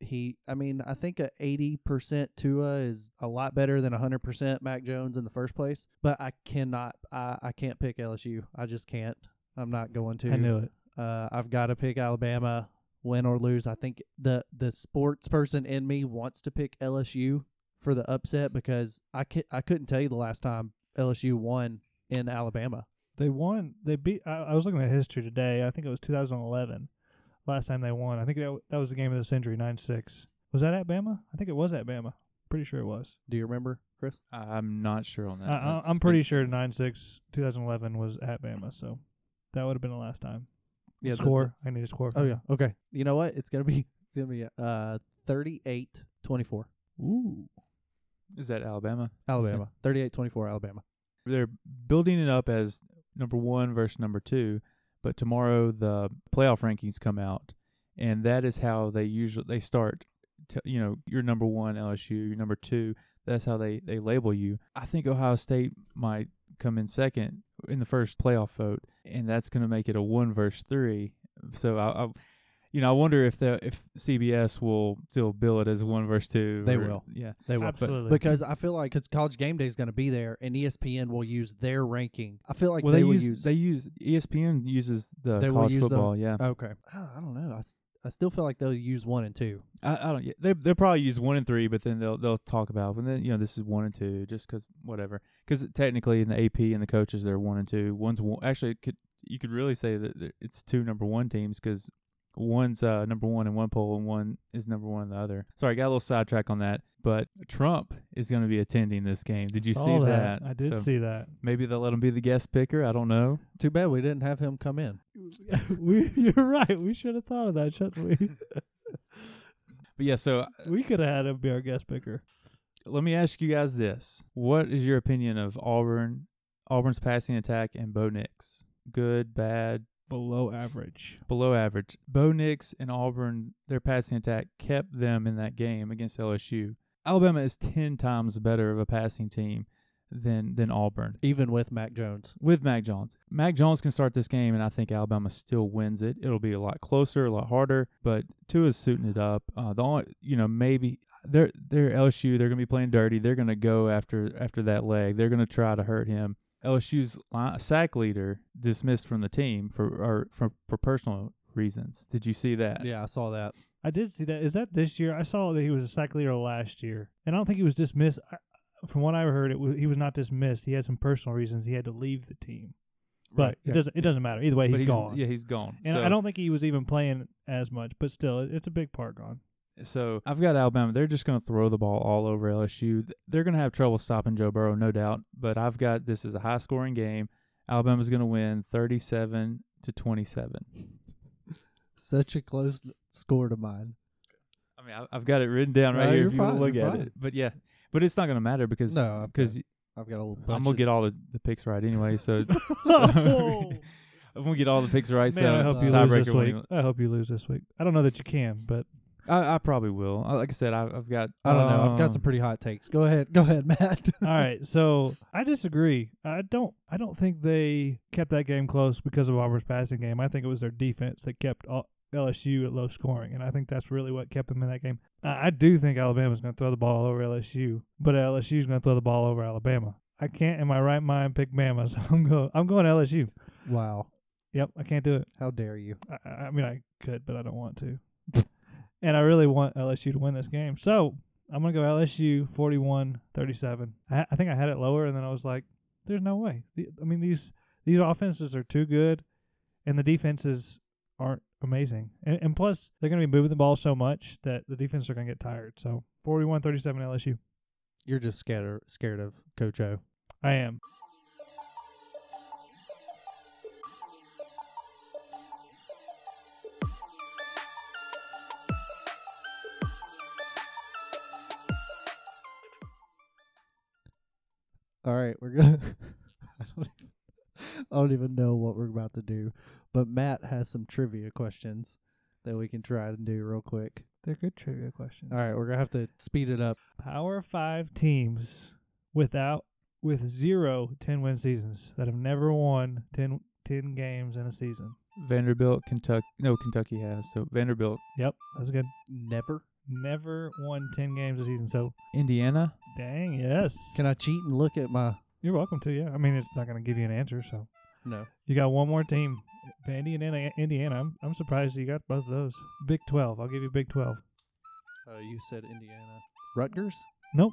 S1: he. I mean, I think a eighty percent Tua is a lot better than hundred percent Mac Jones in the first place. But I cannot. I I can't pick LSU. I just can't. I'm not going to.
S2: I knew it.
S1: Uh, I've got to pick Alabama, win or lose. I think the the sports person in me wants to pick LSU for the upset because I can, I couldn't tell you the last time LSU won in Alabama.
S2: They won. They beat. I, I was looking at history today. I think it was 2011. Last time they won. I think that, that was the game of the century, 9 6. Was that at Bama? I think it was at Bama. Pretty sure it was.
S1: Do you remember, Chris?
S3: I'm not sure on that.
S2: I, I,
S3: Uh, That's
S2: Uh, I'm pretty
S3: big-
S2: sure 9 6, 2011 was at Bama. So that would have been the last time.
S1: Yeah, the-
S2: score. I need a score.
S1: Oh yeah. Okay. You know what? It's gonna be [laughs] it's gonna be uh 38-24
S2: Ooh.
S3: Is that Alabama?
S1: Alabama. 38-24 Alabama.
S3: They're building it up as number one versus number two, but tomorrow the playoff rankings come out, and that is how they usually they start. To, you know, your number one LSU, your number two. That's how they they label you. I think Ohio State might come in second in the first playoff vote, and that's going to make it a one versus three. So I. I you know, I wonder if the if CBS will still bill it as one versus two.
S1: They
S3: or-
S1: will.
S3: yeah.
S1: They will.
S2: Absolutely. [laughs]
S1: Because I feel like because College Game Day is going to be there, and E ESPN will use their ranking. I feel like
S3: well,
S1: they,
S3: they,
S1: will
S3: use,
S1: use.
S3: they use E ESPN uses the
S1: They will
S3: college
S1: use the-
S3: football. yeah,
S1: okay. I don't, I don't know. I, s- I still feel like they'll use one and two.
S3: I, I don't. yeah, They they probably use one and three, but then they'll they'll talk about and then you know this is one and two just because whatever. Because technically in the AP and the coaches they're one and two. One's one, actually it could you could really say that that it's two number one teams because one's uh, number one in one poll and one is number one in the other. Sorry, I got a little sidetrack on that. But Trump is going to be attending this game. Did you
S2: Saw
S3: see
S2: that? I did
S3: So
S2: see that. [laughs]
S3: Maybe they'll let him be the guest picker. I don't know.
S1: Too bad we didn't have him come in.
S2: we, you're right. We should have thought of that, shouldn't we? [laughs]
S3: But yeah, so
S2: we could have had him be our guest picker.
S3: let me ask you guys this: What is your opinion of Auburn, Auburn's passing attack, and Bo Nix? Good, bad,
S2: Below average.
S3: below average. Bo Nix and Auburn, their passing attack kept them in that game against LSU. Alabama is ten times better of a passing team than than Auburn
S1: even with Mac Jones.
S3: with Mac Jones. Mac Jones can start this game, and I think Alabama still wins it. It'll be a lot closer, a lot harder, but Tua's suiting it up. Uh, the only, you know, maybe they're they're LSU. They're gonna be playing dirty. They're gonna go after after that leg. They're gonna try to hurt him. LSU's li- sack leader dismissed from the team for or for for personal reasons. Did you see that?
S1: Yeah, I saw that.
S2: I did see that. Is that this year? I saw that he was a sack leader last year, and I don't think he was dismissed. I, from what I heard, it was, he was not dismissed. He had some personal reasons. He had to leave the team, but
S3: Right, yeah.
S2: it doesn't. It doesn't matter either way.
S3: But
S2: He's gone.
S3: Yeah, he's gone.
S2: and
S3: So-
S2: I don't think he was even playing as much. But still, it- it's a big part gone.
S3: So I've got Alabama. They're just going to throw the ball all over LSU. Th- They're going to have trouble stopping Joe Burrow, no doubt. But I've got this is a high scoring game. Alabama's going to win 37 to 27.
S1: Such a close score to mine.
S3: I mean, I- I've got it written down right
S1: No,
S3: here
S1: you're
S3: if you want
S1: fine,
S3: to look
S1: you're
S3: at
S1: fine.
S3: it. But yeah, but it's not going to matter because
S1: No, I've
S3: because
S1: I've got a little. Bunch
S3: I'm going to
S1: of-
S3: get all the, the picks right
S1: [laughs]
S3: anyway. So [laughs]
S2: Oh,
S3: I'm going to get all the picks right.
S2: Man, I
S3: so
S2: hope you
S1: uh,
S2: lose this
S3: tiebreaker
S2: week.
S3: winning-
S2: I hope you lose this week. I don't know that you can,
S3: [laughs]
S2: but
S3: I, I probably will. I- Like I said, I, I've got.
S1: I don't know. I've
S3: um,
S1: got some pretty hot takes. Go ahead. Go ahead, [laughs] Matt.
S2: all right. So I disagree. I don't. I don't think they kept that game close because of Auburn's passing game. I think it was their defense that kept all, LSU at low scoring, and I think that's really what kept them in that game. I, I do think Alabama's going to throw the ball all over LSU, but LSU's going to throw the ball over Alabama. I can't, in my right mind, pick Bama, [laughs] so I'm going. I'm going LSU.
S1: wow.
S2: Yep, I can't do it.
S1: How dare you?
S2: I- I, I mean, I could, but I don't want to. and I really want LSU to win this game. So I'm going to go LSU 41 37. I, I think I had it lower, and then I was like, there's no way. The- I mean, these, these offenses are too good, and the defenses aren't amazing. And, and plus, they're going to be moving the ball so much that the defenses are going to get tired. So 41 37 LSU.
S1: You're just scared scared of Coach O.
S2: I am.
S1: All right, we're gonna. [laughs] I don't, even, I don't even know what we're about to do, but Matt has some trivia questions that we can try and do real quick.
S2: They're good trivia questions.
S1: All right, we're gonna have to speed it up.
S2: Power five teams without with zero 10 win seasons that have never won 10, 10 games in a season.
S3: Vanderbilt, Kentucky. No, Kentucky has. So Vanderbilt,
S2: Yep, that's good.
S1: Never.
S2: Never won 10 games a season. So,
S3: Indiana.
S2: dang, yes.
S1: Can I cheat and look at my?
S2: You're welcome to, yeah. I mean, it's not going to give you an answer. So,
S1: No.
S2: you got one more team. Vandy and Indiana. Indiana. I'm, I'm surprised you got both of those. Big 12. I'll give you Big 12.
S1: Oh, you said Indiana. Rutgers.
S2: Nope.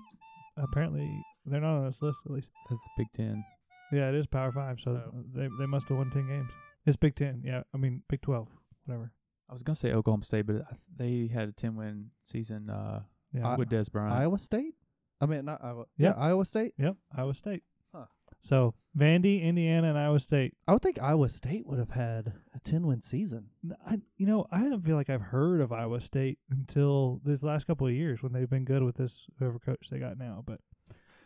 S2: Apparently, they're not on this list, at least.
S3: That's Big Ten.
S2: Yeah, it is Power Five, so
S1: Oh.
S2: they they must have won ten games. It's Big Ten, yeah. I mean Big Twelve, whatever.
S3: I was gonna say Oklahoma State, but I th- they had a ten win season uh,
S2: Yeah,
S1: I-
S3: with Des Bryant.
S1: Iowa State. I mean, not Iowa.
S2: Yep.
S1: Yeah, Iowa State.
S2: yep. Iowa State.
S1: Huh.
S2: So Vandy, Indiana, and Iowa State.
S1: I would think Iowa State would have had a ten win season.
S2: N- I, you know, I don't feel like I've heard of Iowa State until these last couple of years when they've been good with this whoever coach they got now. But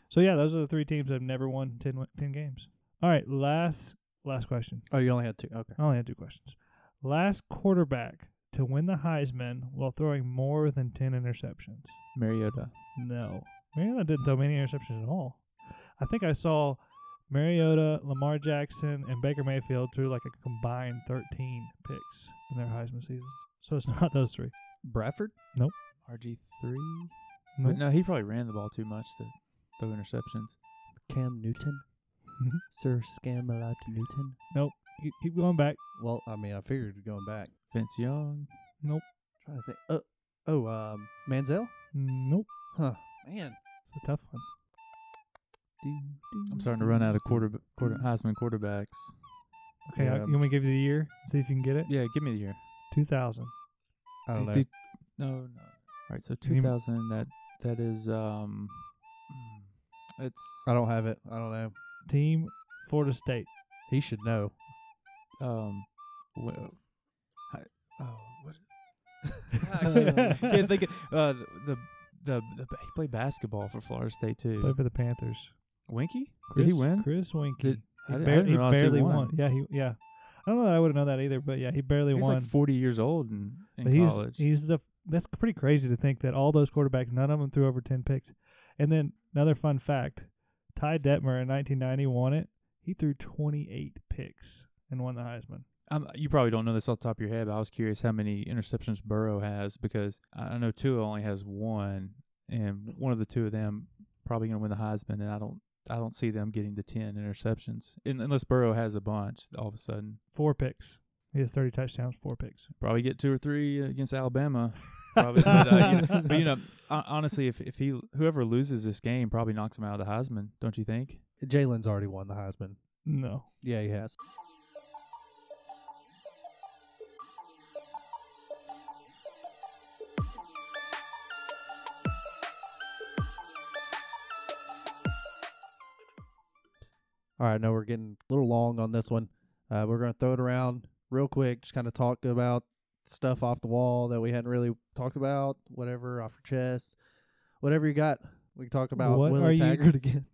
S2: so yeah, those are the three teams that have never won 10, win- 10 games. All right, last last question.
S1: Oh, you only had two. Okay.
S2: I only had two questions. Last quarterback to win the Heisman while throwing more than ten interceptions.
S3: Mariota.
S2: No. Mariota didn't throw many interceptions at all. I think I saw Mariota, Lamar Jackson, and Baker Mayfield threw like a combined 13 picks in their Heisman season. So it's [laughs] not those three.
S1: Bradford.
S3: RG three.
S2: Nope.
S3: But no, he probably ran the ball too much to throw interceptions.
S1: Cam Newton. Mm-hmm.
S2: Mhm.
S1: Sir Scamalot Newton.
S2: Keep, keep going back.
S1: Well, I mean, I figured going back.
S3: Vince Young.
S1: Trying to think. Uh, oh, um, Manziel.
S2: Nope.
S1: Huh. Man.
S2: It's a tough one.
S1: Mm.
S3: I'm starting to run out of quarter, quarter Heisman quarterbacks.
S2: Okay,
S1: Yeah,
S2: I, you want me to give you the year? See if you can get it?
S3: Yeah, give me the year.
S2: 2000.
S1: I don't
S3: Did-
S1: know.
S3: did- no, no. All right, so
S2: Can you-
S3: 2000. That that is um, mm, it's
S1: I don't have it. I don't know.
S2: Team Florida State.
S1: He should know.
S3: um, well, [laughs] I, oh, what? I can't think. Of, uh, the, the the, the he played basketball for Florida State too.
S2: Played for the Panthers.
S3: Winky?
S2: Chris,
S3: Did he win?
S2: Chris Winky.
S3: Did- I
S2: he,
S3: didn't- I
S2: bar-
S3: didn't
S2: he
S3: realize he
S2: barely
S3: won.
S2: Yeah, he yeah. I don't know that I would have known that either, but yeah, he barely
S3: He's
S2: won.
S3: like 40 years old in, in
S2: but he's
S3: college.
S2: he's the that's pretty crazy to think that all those quarterbacks, none of them threw over ten picks. And then another fun fact: Ty Detmer in 1990 won it. He threw 28 picks and won the Heisman.
S3: i you probably don't know this off the top of your head, but I was curious how many interceptions Burrow has because I I know Tua only has one, and one of the two of them probably going to win the Heisman, and I don't I don't see them getting the 10 interceptions Un unless Burrow has a bunch all of a sudden.
S2: Four picks. He has 30 touchdowns, four picks.
S3: Probably get two or three
S2: [laughs]
S3: against Alabama. Probably, but, uh, you know, but, you know, hon- honestly, if if he whoever loses this game probably knocks him out of the Heisman, don't you think?
S1: Jalen's already won the Heisman.
S2: No.
S1: Yeah, he has. All right, I know we're getting a little long on this one. Uh, we're going to throw it around real quick, just kind of talk about stuff off the wall that we hadn't really talked about, whatever, off your chest, whatever you got. We can talk about
S2: What are
S1: Willie
S2: you-
S1: Taggart again.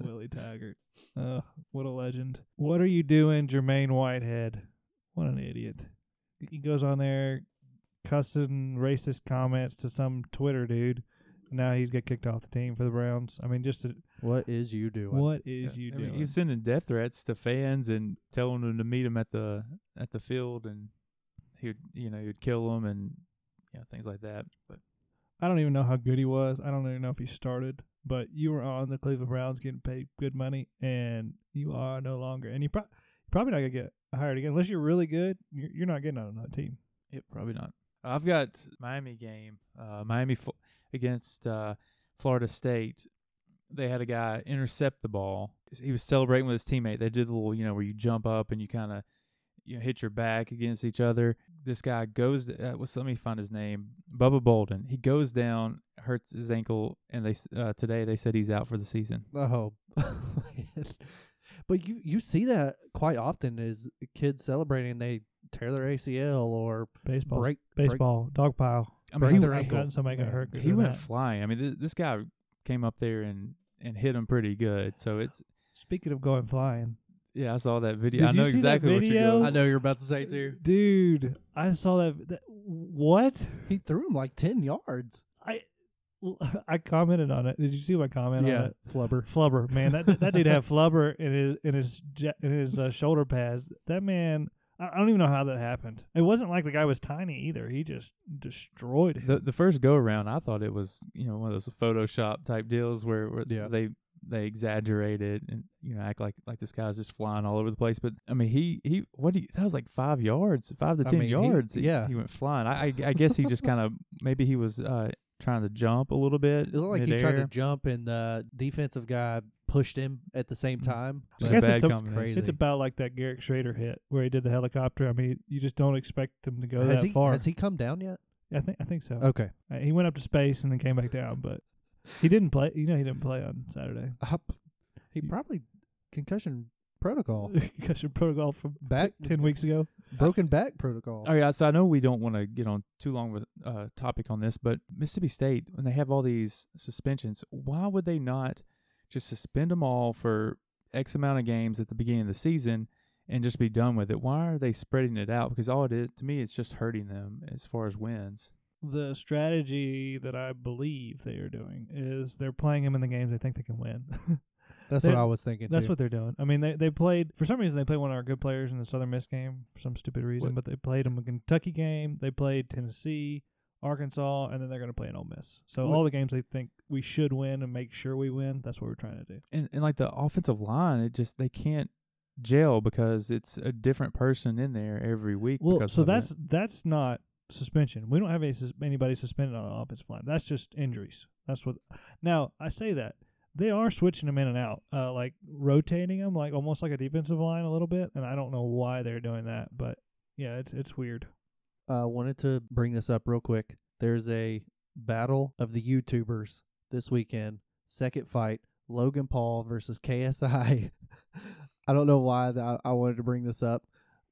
S2: Willie Taggart. Uh, what a legend. What are you doing, Jermaine Whitehead? What an idiot. He goes on there cussing racist comments to some Twitter dude. Now he's got kicked off the team for the Browns. I mean, just a,
S1: What is you doing?
S2: what is
S3: Yeah,
S2: you
S3: I mean,
S2: doing?
S3: He's sending death threats to fans and telling them to meet him at the at the field, and he would you know he'd kill them and you know, things like that. But
S2: I don't even know how good he was. I don't even know if he started, but you were on the Cleveland Browns getting paid good money, and you are no longer. And you pro- probably not gonna get hired again unless you're really good. You're, you're not getting on another team.
S3: yeah, probably not. I've got Miami game, uh, Miami fl- against uh, Florida State. They had a guy intercept the ball. He was celebrating with his teammate. They did the little you know where you jump up and you kind of you know, hit your back against each other. This guy goes. To, uh, what's let me find his name. Bubba Bolden. He goes down, hurts his ankle, and they s- uh, today they said he's out for the season.
S1: Oh, [laughs] but you you see that quite often is kids celebrating they tear their ACL or
S2: Baseball,
S1: break
S2: baseball, dog pile.
S3: I
S1: Break
S3: mean,
S1: their
S3: he,
S1: ankle.
S2: I've gotten somebody got hurt. 'cause
S3: he
S2: of
S3: went
S2: that.
S3: flying. I mean, this, this guy came up there and and hit him pretty good. So it's
S2: Speaking of going flying,
S3: yeah, I saw that video.
S2: Did
S3: I
S2: you
S3: know
S2: see that
S3: exactly what you're
S2: video?
S3: going.
S1: I know you're about to say too.
S2: dude, I saw that. that what?
S1: He threw him like ten yards.
S2: I I commented on it. Did you see my comment on it?
S1: flubber.
S2: Flubber, man, that that dude had flubber in his in his ja- in his uh, shoulder pads. That man, I, I don't even know how that happened. It wasn't like the guy was tiny either. He just destroyed him.
S3: The the first go around, I thought it was you know one of those Photoshop type deals where, where
S1: Yeah.
S3: they they exaggerate it and you know act like like this guy's just flying all over the place. But I mean, he he what do you, that was like five yards, five to
S1: I
S3: ten
S1: mean, he-
S3: yards. He,
S1: yeah.
S3: he went flying. I I, I guess he just kind of maybe he was uh, trying to jump a little bit.
S1: It looked like he tried to
S3: midair.
S1: jump and the defensive guy pushed him at the same
S3: Mm.
S1: time.
S3: Just
S2: I
S3: a
S2: guess
S3: bad
S2: it's a-
S3: combination.
S1: crazy.
S2: It's about like that Garrick Schrader hit where he did the helicopter. I mean, you just don't expect him to go
S1: has
S2: that
S1: he
S2: far.
S1: has he come down yet?
S2: I think I think so.
S1: Okay.
S2: Uh, He went up to space and then came back down, but he didn't play. You know, he didn't play on Saturday.
S1: Up. He
S2: You-
S1: probably concussion
S2: [laughs]
S1: protocol.
S2: Concussion protocol from
S1: Back
S2: ten weeks ago.
S1: broken back protocol.
S3: All right, Oh, so I know we don't want to get on too long with a uh, topic on this, but Mississippi State, when they have all these suspensions, why would they not just suspend them all for X amount of games at the beginning of the season and just be done with it? Why are they spreading it out? Because all it is, to me, it's just hurting them as far as wins.
S2: The strategy that I believe they are doing is they're playing him in the games they think they can win. [laughs]
S1: That's
S2: They-
S1: what I was thinking.
S2: That's
S1: too.
S2: what they're doing. I mean, they they played for some reason they played one of our good players in the Southern Miss game for some stupid reason, but they played him a Kentucky game. They played Tennessee, Arkansas, and then they're going to play an Ole Miss. So
S1: What-
S2: all the games they think we should win and make sure we win. That's what we're trying to do.
S3: And, and like the offensive line, it just, they can't jail because it's a different person in there every week.
S2: Well,
S3: because
S2: so
S3: of it.
S2: that's that's not suspension. We don't have any sus- anybody suspended on the offensive line. That's just injuries. That's what. Now I say that they are switching them in and out, uh, like rotating them, like almost like a defensive line a little bit. And I don't know why they're doing that, but yeah, it's it's weird.
S1: uh, wanted to bring this up real quick. There's a battle of the YouTubers this weekend. Second fight, Logan Paul versus [laughs] KSI. I don't know why that I, I wanted to bring this up,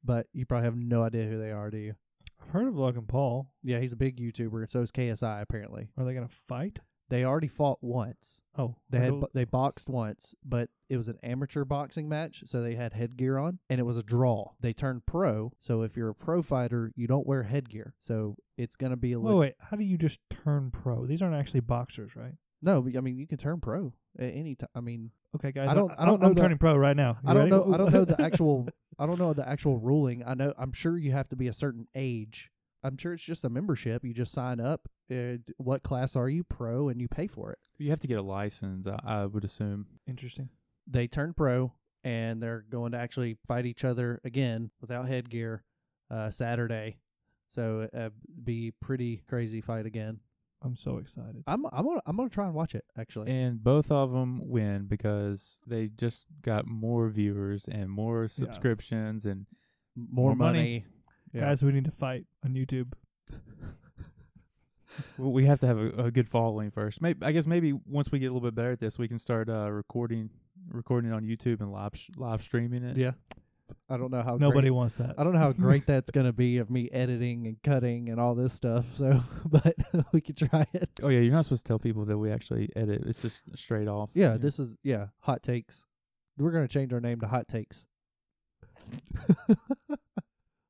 S1: but you probably have no idea who they are, do you?
S2: I I've heard of Logan Paul.
S1: Yeah, he's a big YouTuber, and so is KSI apparently.
S2: Are they gonna fight?
S1: They already fought once.
S2: Oh,
S1: They
S2: I
S1: had
S2: don't-
S1: bo- they boxed once, but it was an amateur boxing match, so they had headgear on, and it was a draw. They turned pro, so if you're a pro fighter, you don't wear headgear, so it's gonna be a
S2: Wait,
S1: little.
S2: wait. How do you just turn pro? These aren't actually boxers, right?
S1: No, but, I mean you can turn pro at any time. I mean,
S2: Okay, guys.
S1: I don't- I don't
S2: I'm
S1: know the-
S2: turning pro right now. You
S1: I don't
S2: ready?
S1: know. I don't know
S2: [laughs]
S1: the actual. I don't know the actual ruling. I know. I'm sure you have to be a certain age. I'm sure it's just a membership. You just sign up. Uh, d- what class are you, pro, and you pay for it.
S3: You have to get a license, I, I would assume.
S2: Interesting.
S1: They turn pro, and they're going to actually fight each other again without headgear uh, Saturday. So uh, be pretty crazy fight again.
S2: I'm so excited.
S1: I'm I'm gonna I'm gonna try and watch it actually.
S3: And both of them win because they just got more viewers and more subscriptions and
S1: More,
S3: More money.
S1: money. Yeah.
S2: Guys, we need to fight on YouTube.
S3: Well, we have to have a, a good following first. Maybe I guess maybe once we get a little bit better at this, we can start uh, recording recording on YouTube and live sh- live streaming it.
S1: Yeah. I don't know how great-
S2: Nobody wants that.
S1: I don't know how great that's going to be of me editing and cutting and all this stuff. So, [laughs] but we could try it.
S3: Oh yeah, you're not supposed to tell people that we actually edit. It's just straight off.
S1: Yeah, this is yeah, hot takes. We're going to change our name to Hot [laughs] Takes.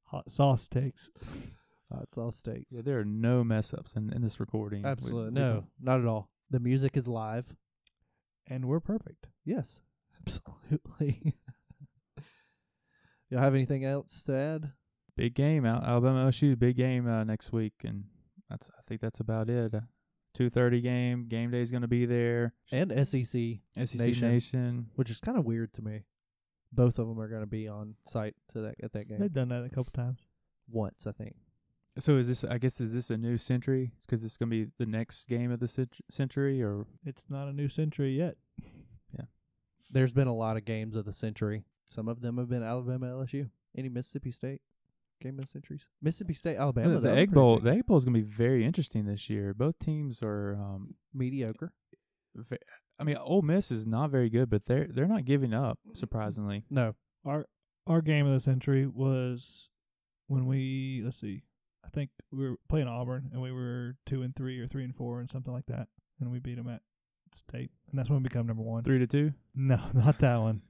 S2: Hot sauce takes.
S1: Hot sauce takes.
S3: Yeah, there are no mess ups in, in this recording. We-
S1: Absolutely
S3: we
S1: no, not at all. The music is live.
S2: And we're perfect.
S1: Yes, absolutely. [laughs] Y'all have anything else to add?
S3: big game Al- Alabama LSU big game uh, next week and that's I think that's about it. Two thirty game game day's gonna be there.
S1: And SEC,
S3: SEC
S1: Nation.
S3: E Nation.
S1: which is kind of weird to me. Both of them are going to be on site to that at that game
S2: They've done that a couple times.
S1: once, I think.
S3: So is this I guess is this a new century? Because it's gonna be the next game of the cent- century or
S2: It's not a new century yet.
S1: There's been a lot of games of the century. Some of them have been Alabama, LSU, any Mississippi State game of the centuries. Mississippi State, Alabama.
S3: the,
S1: that was
S3: Egg
S1: pretty
S3: Bowl.
S1: big.
S3: The Egg Bowl is gonna be very interesting this year. Both teams are. Um,
S1: mediocre.
S3: ve- I mean, Ole Miss is not very good, but they're they're not giving up. Surprisingly,
S1: No,
S2: Our our game of the century was when we let's see, I think we were playing Auburn and we were two and three or three and four and something like that, and we beat them at state, and that's when we become number one.
S3: three to two.
S2: No, [laughs] not that one.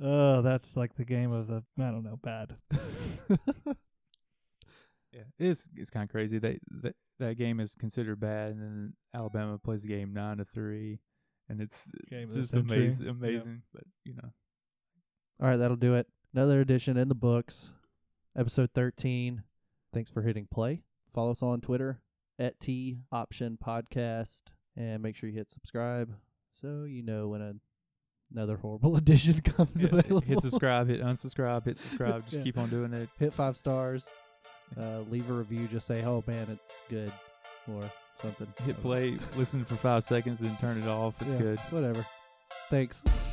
S2: Oh, that's like the game of the I don't know, bad.
S3: Yeah, it's it's kind of crazy. They, that that game is considered bad, and then Alabama plays the game nine to three, and it's
S2: Game of the
S3: just
S2: century.
S3: amazing, amazing. But you know,
S1: All right, that'll do it. Another edition in the books, episode 13. Thanks for hitting play. Follow us on Twitter at T Option Podcast and make sure you hit subscribe so you know when a, another horrible [laughs] edition comes
S3: yeah,
S1: available.
S3: hit subscribe, hit unsubscribe, hit subscribe. Just
S2: Yeah.
S3: keep on doing it.
S1: Hit five stars. Uh, leave a review. Just say, oh man, it's good or something.
S3: Hit play, listen for five seconds, then turn it off. It's
S1: Oh. Yeah,
S3: good.
S1: Whatever. Thanks.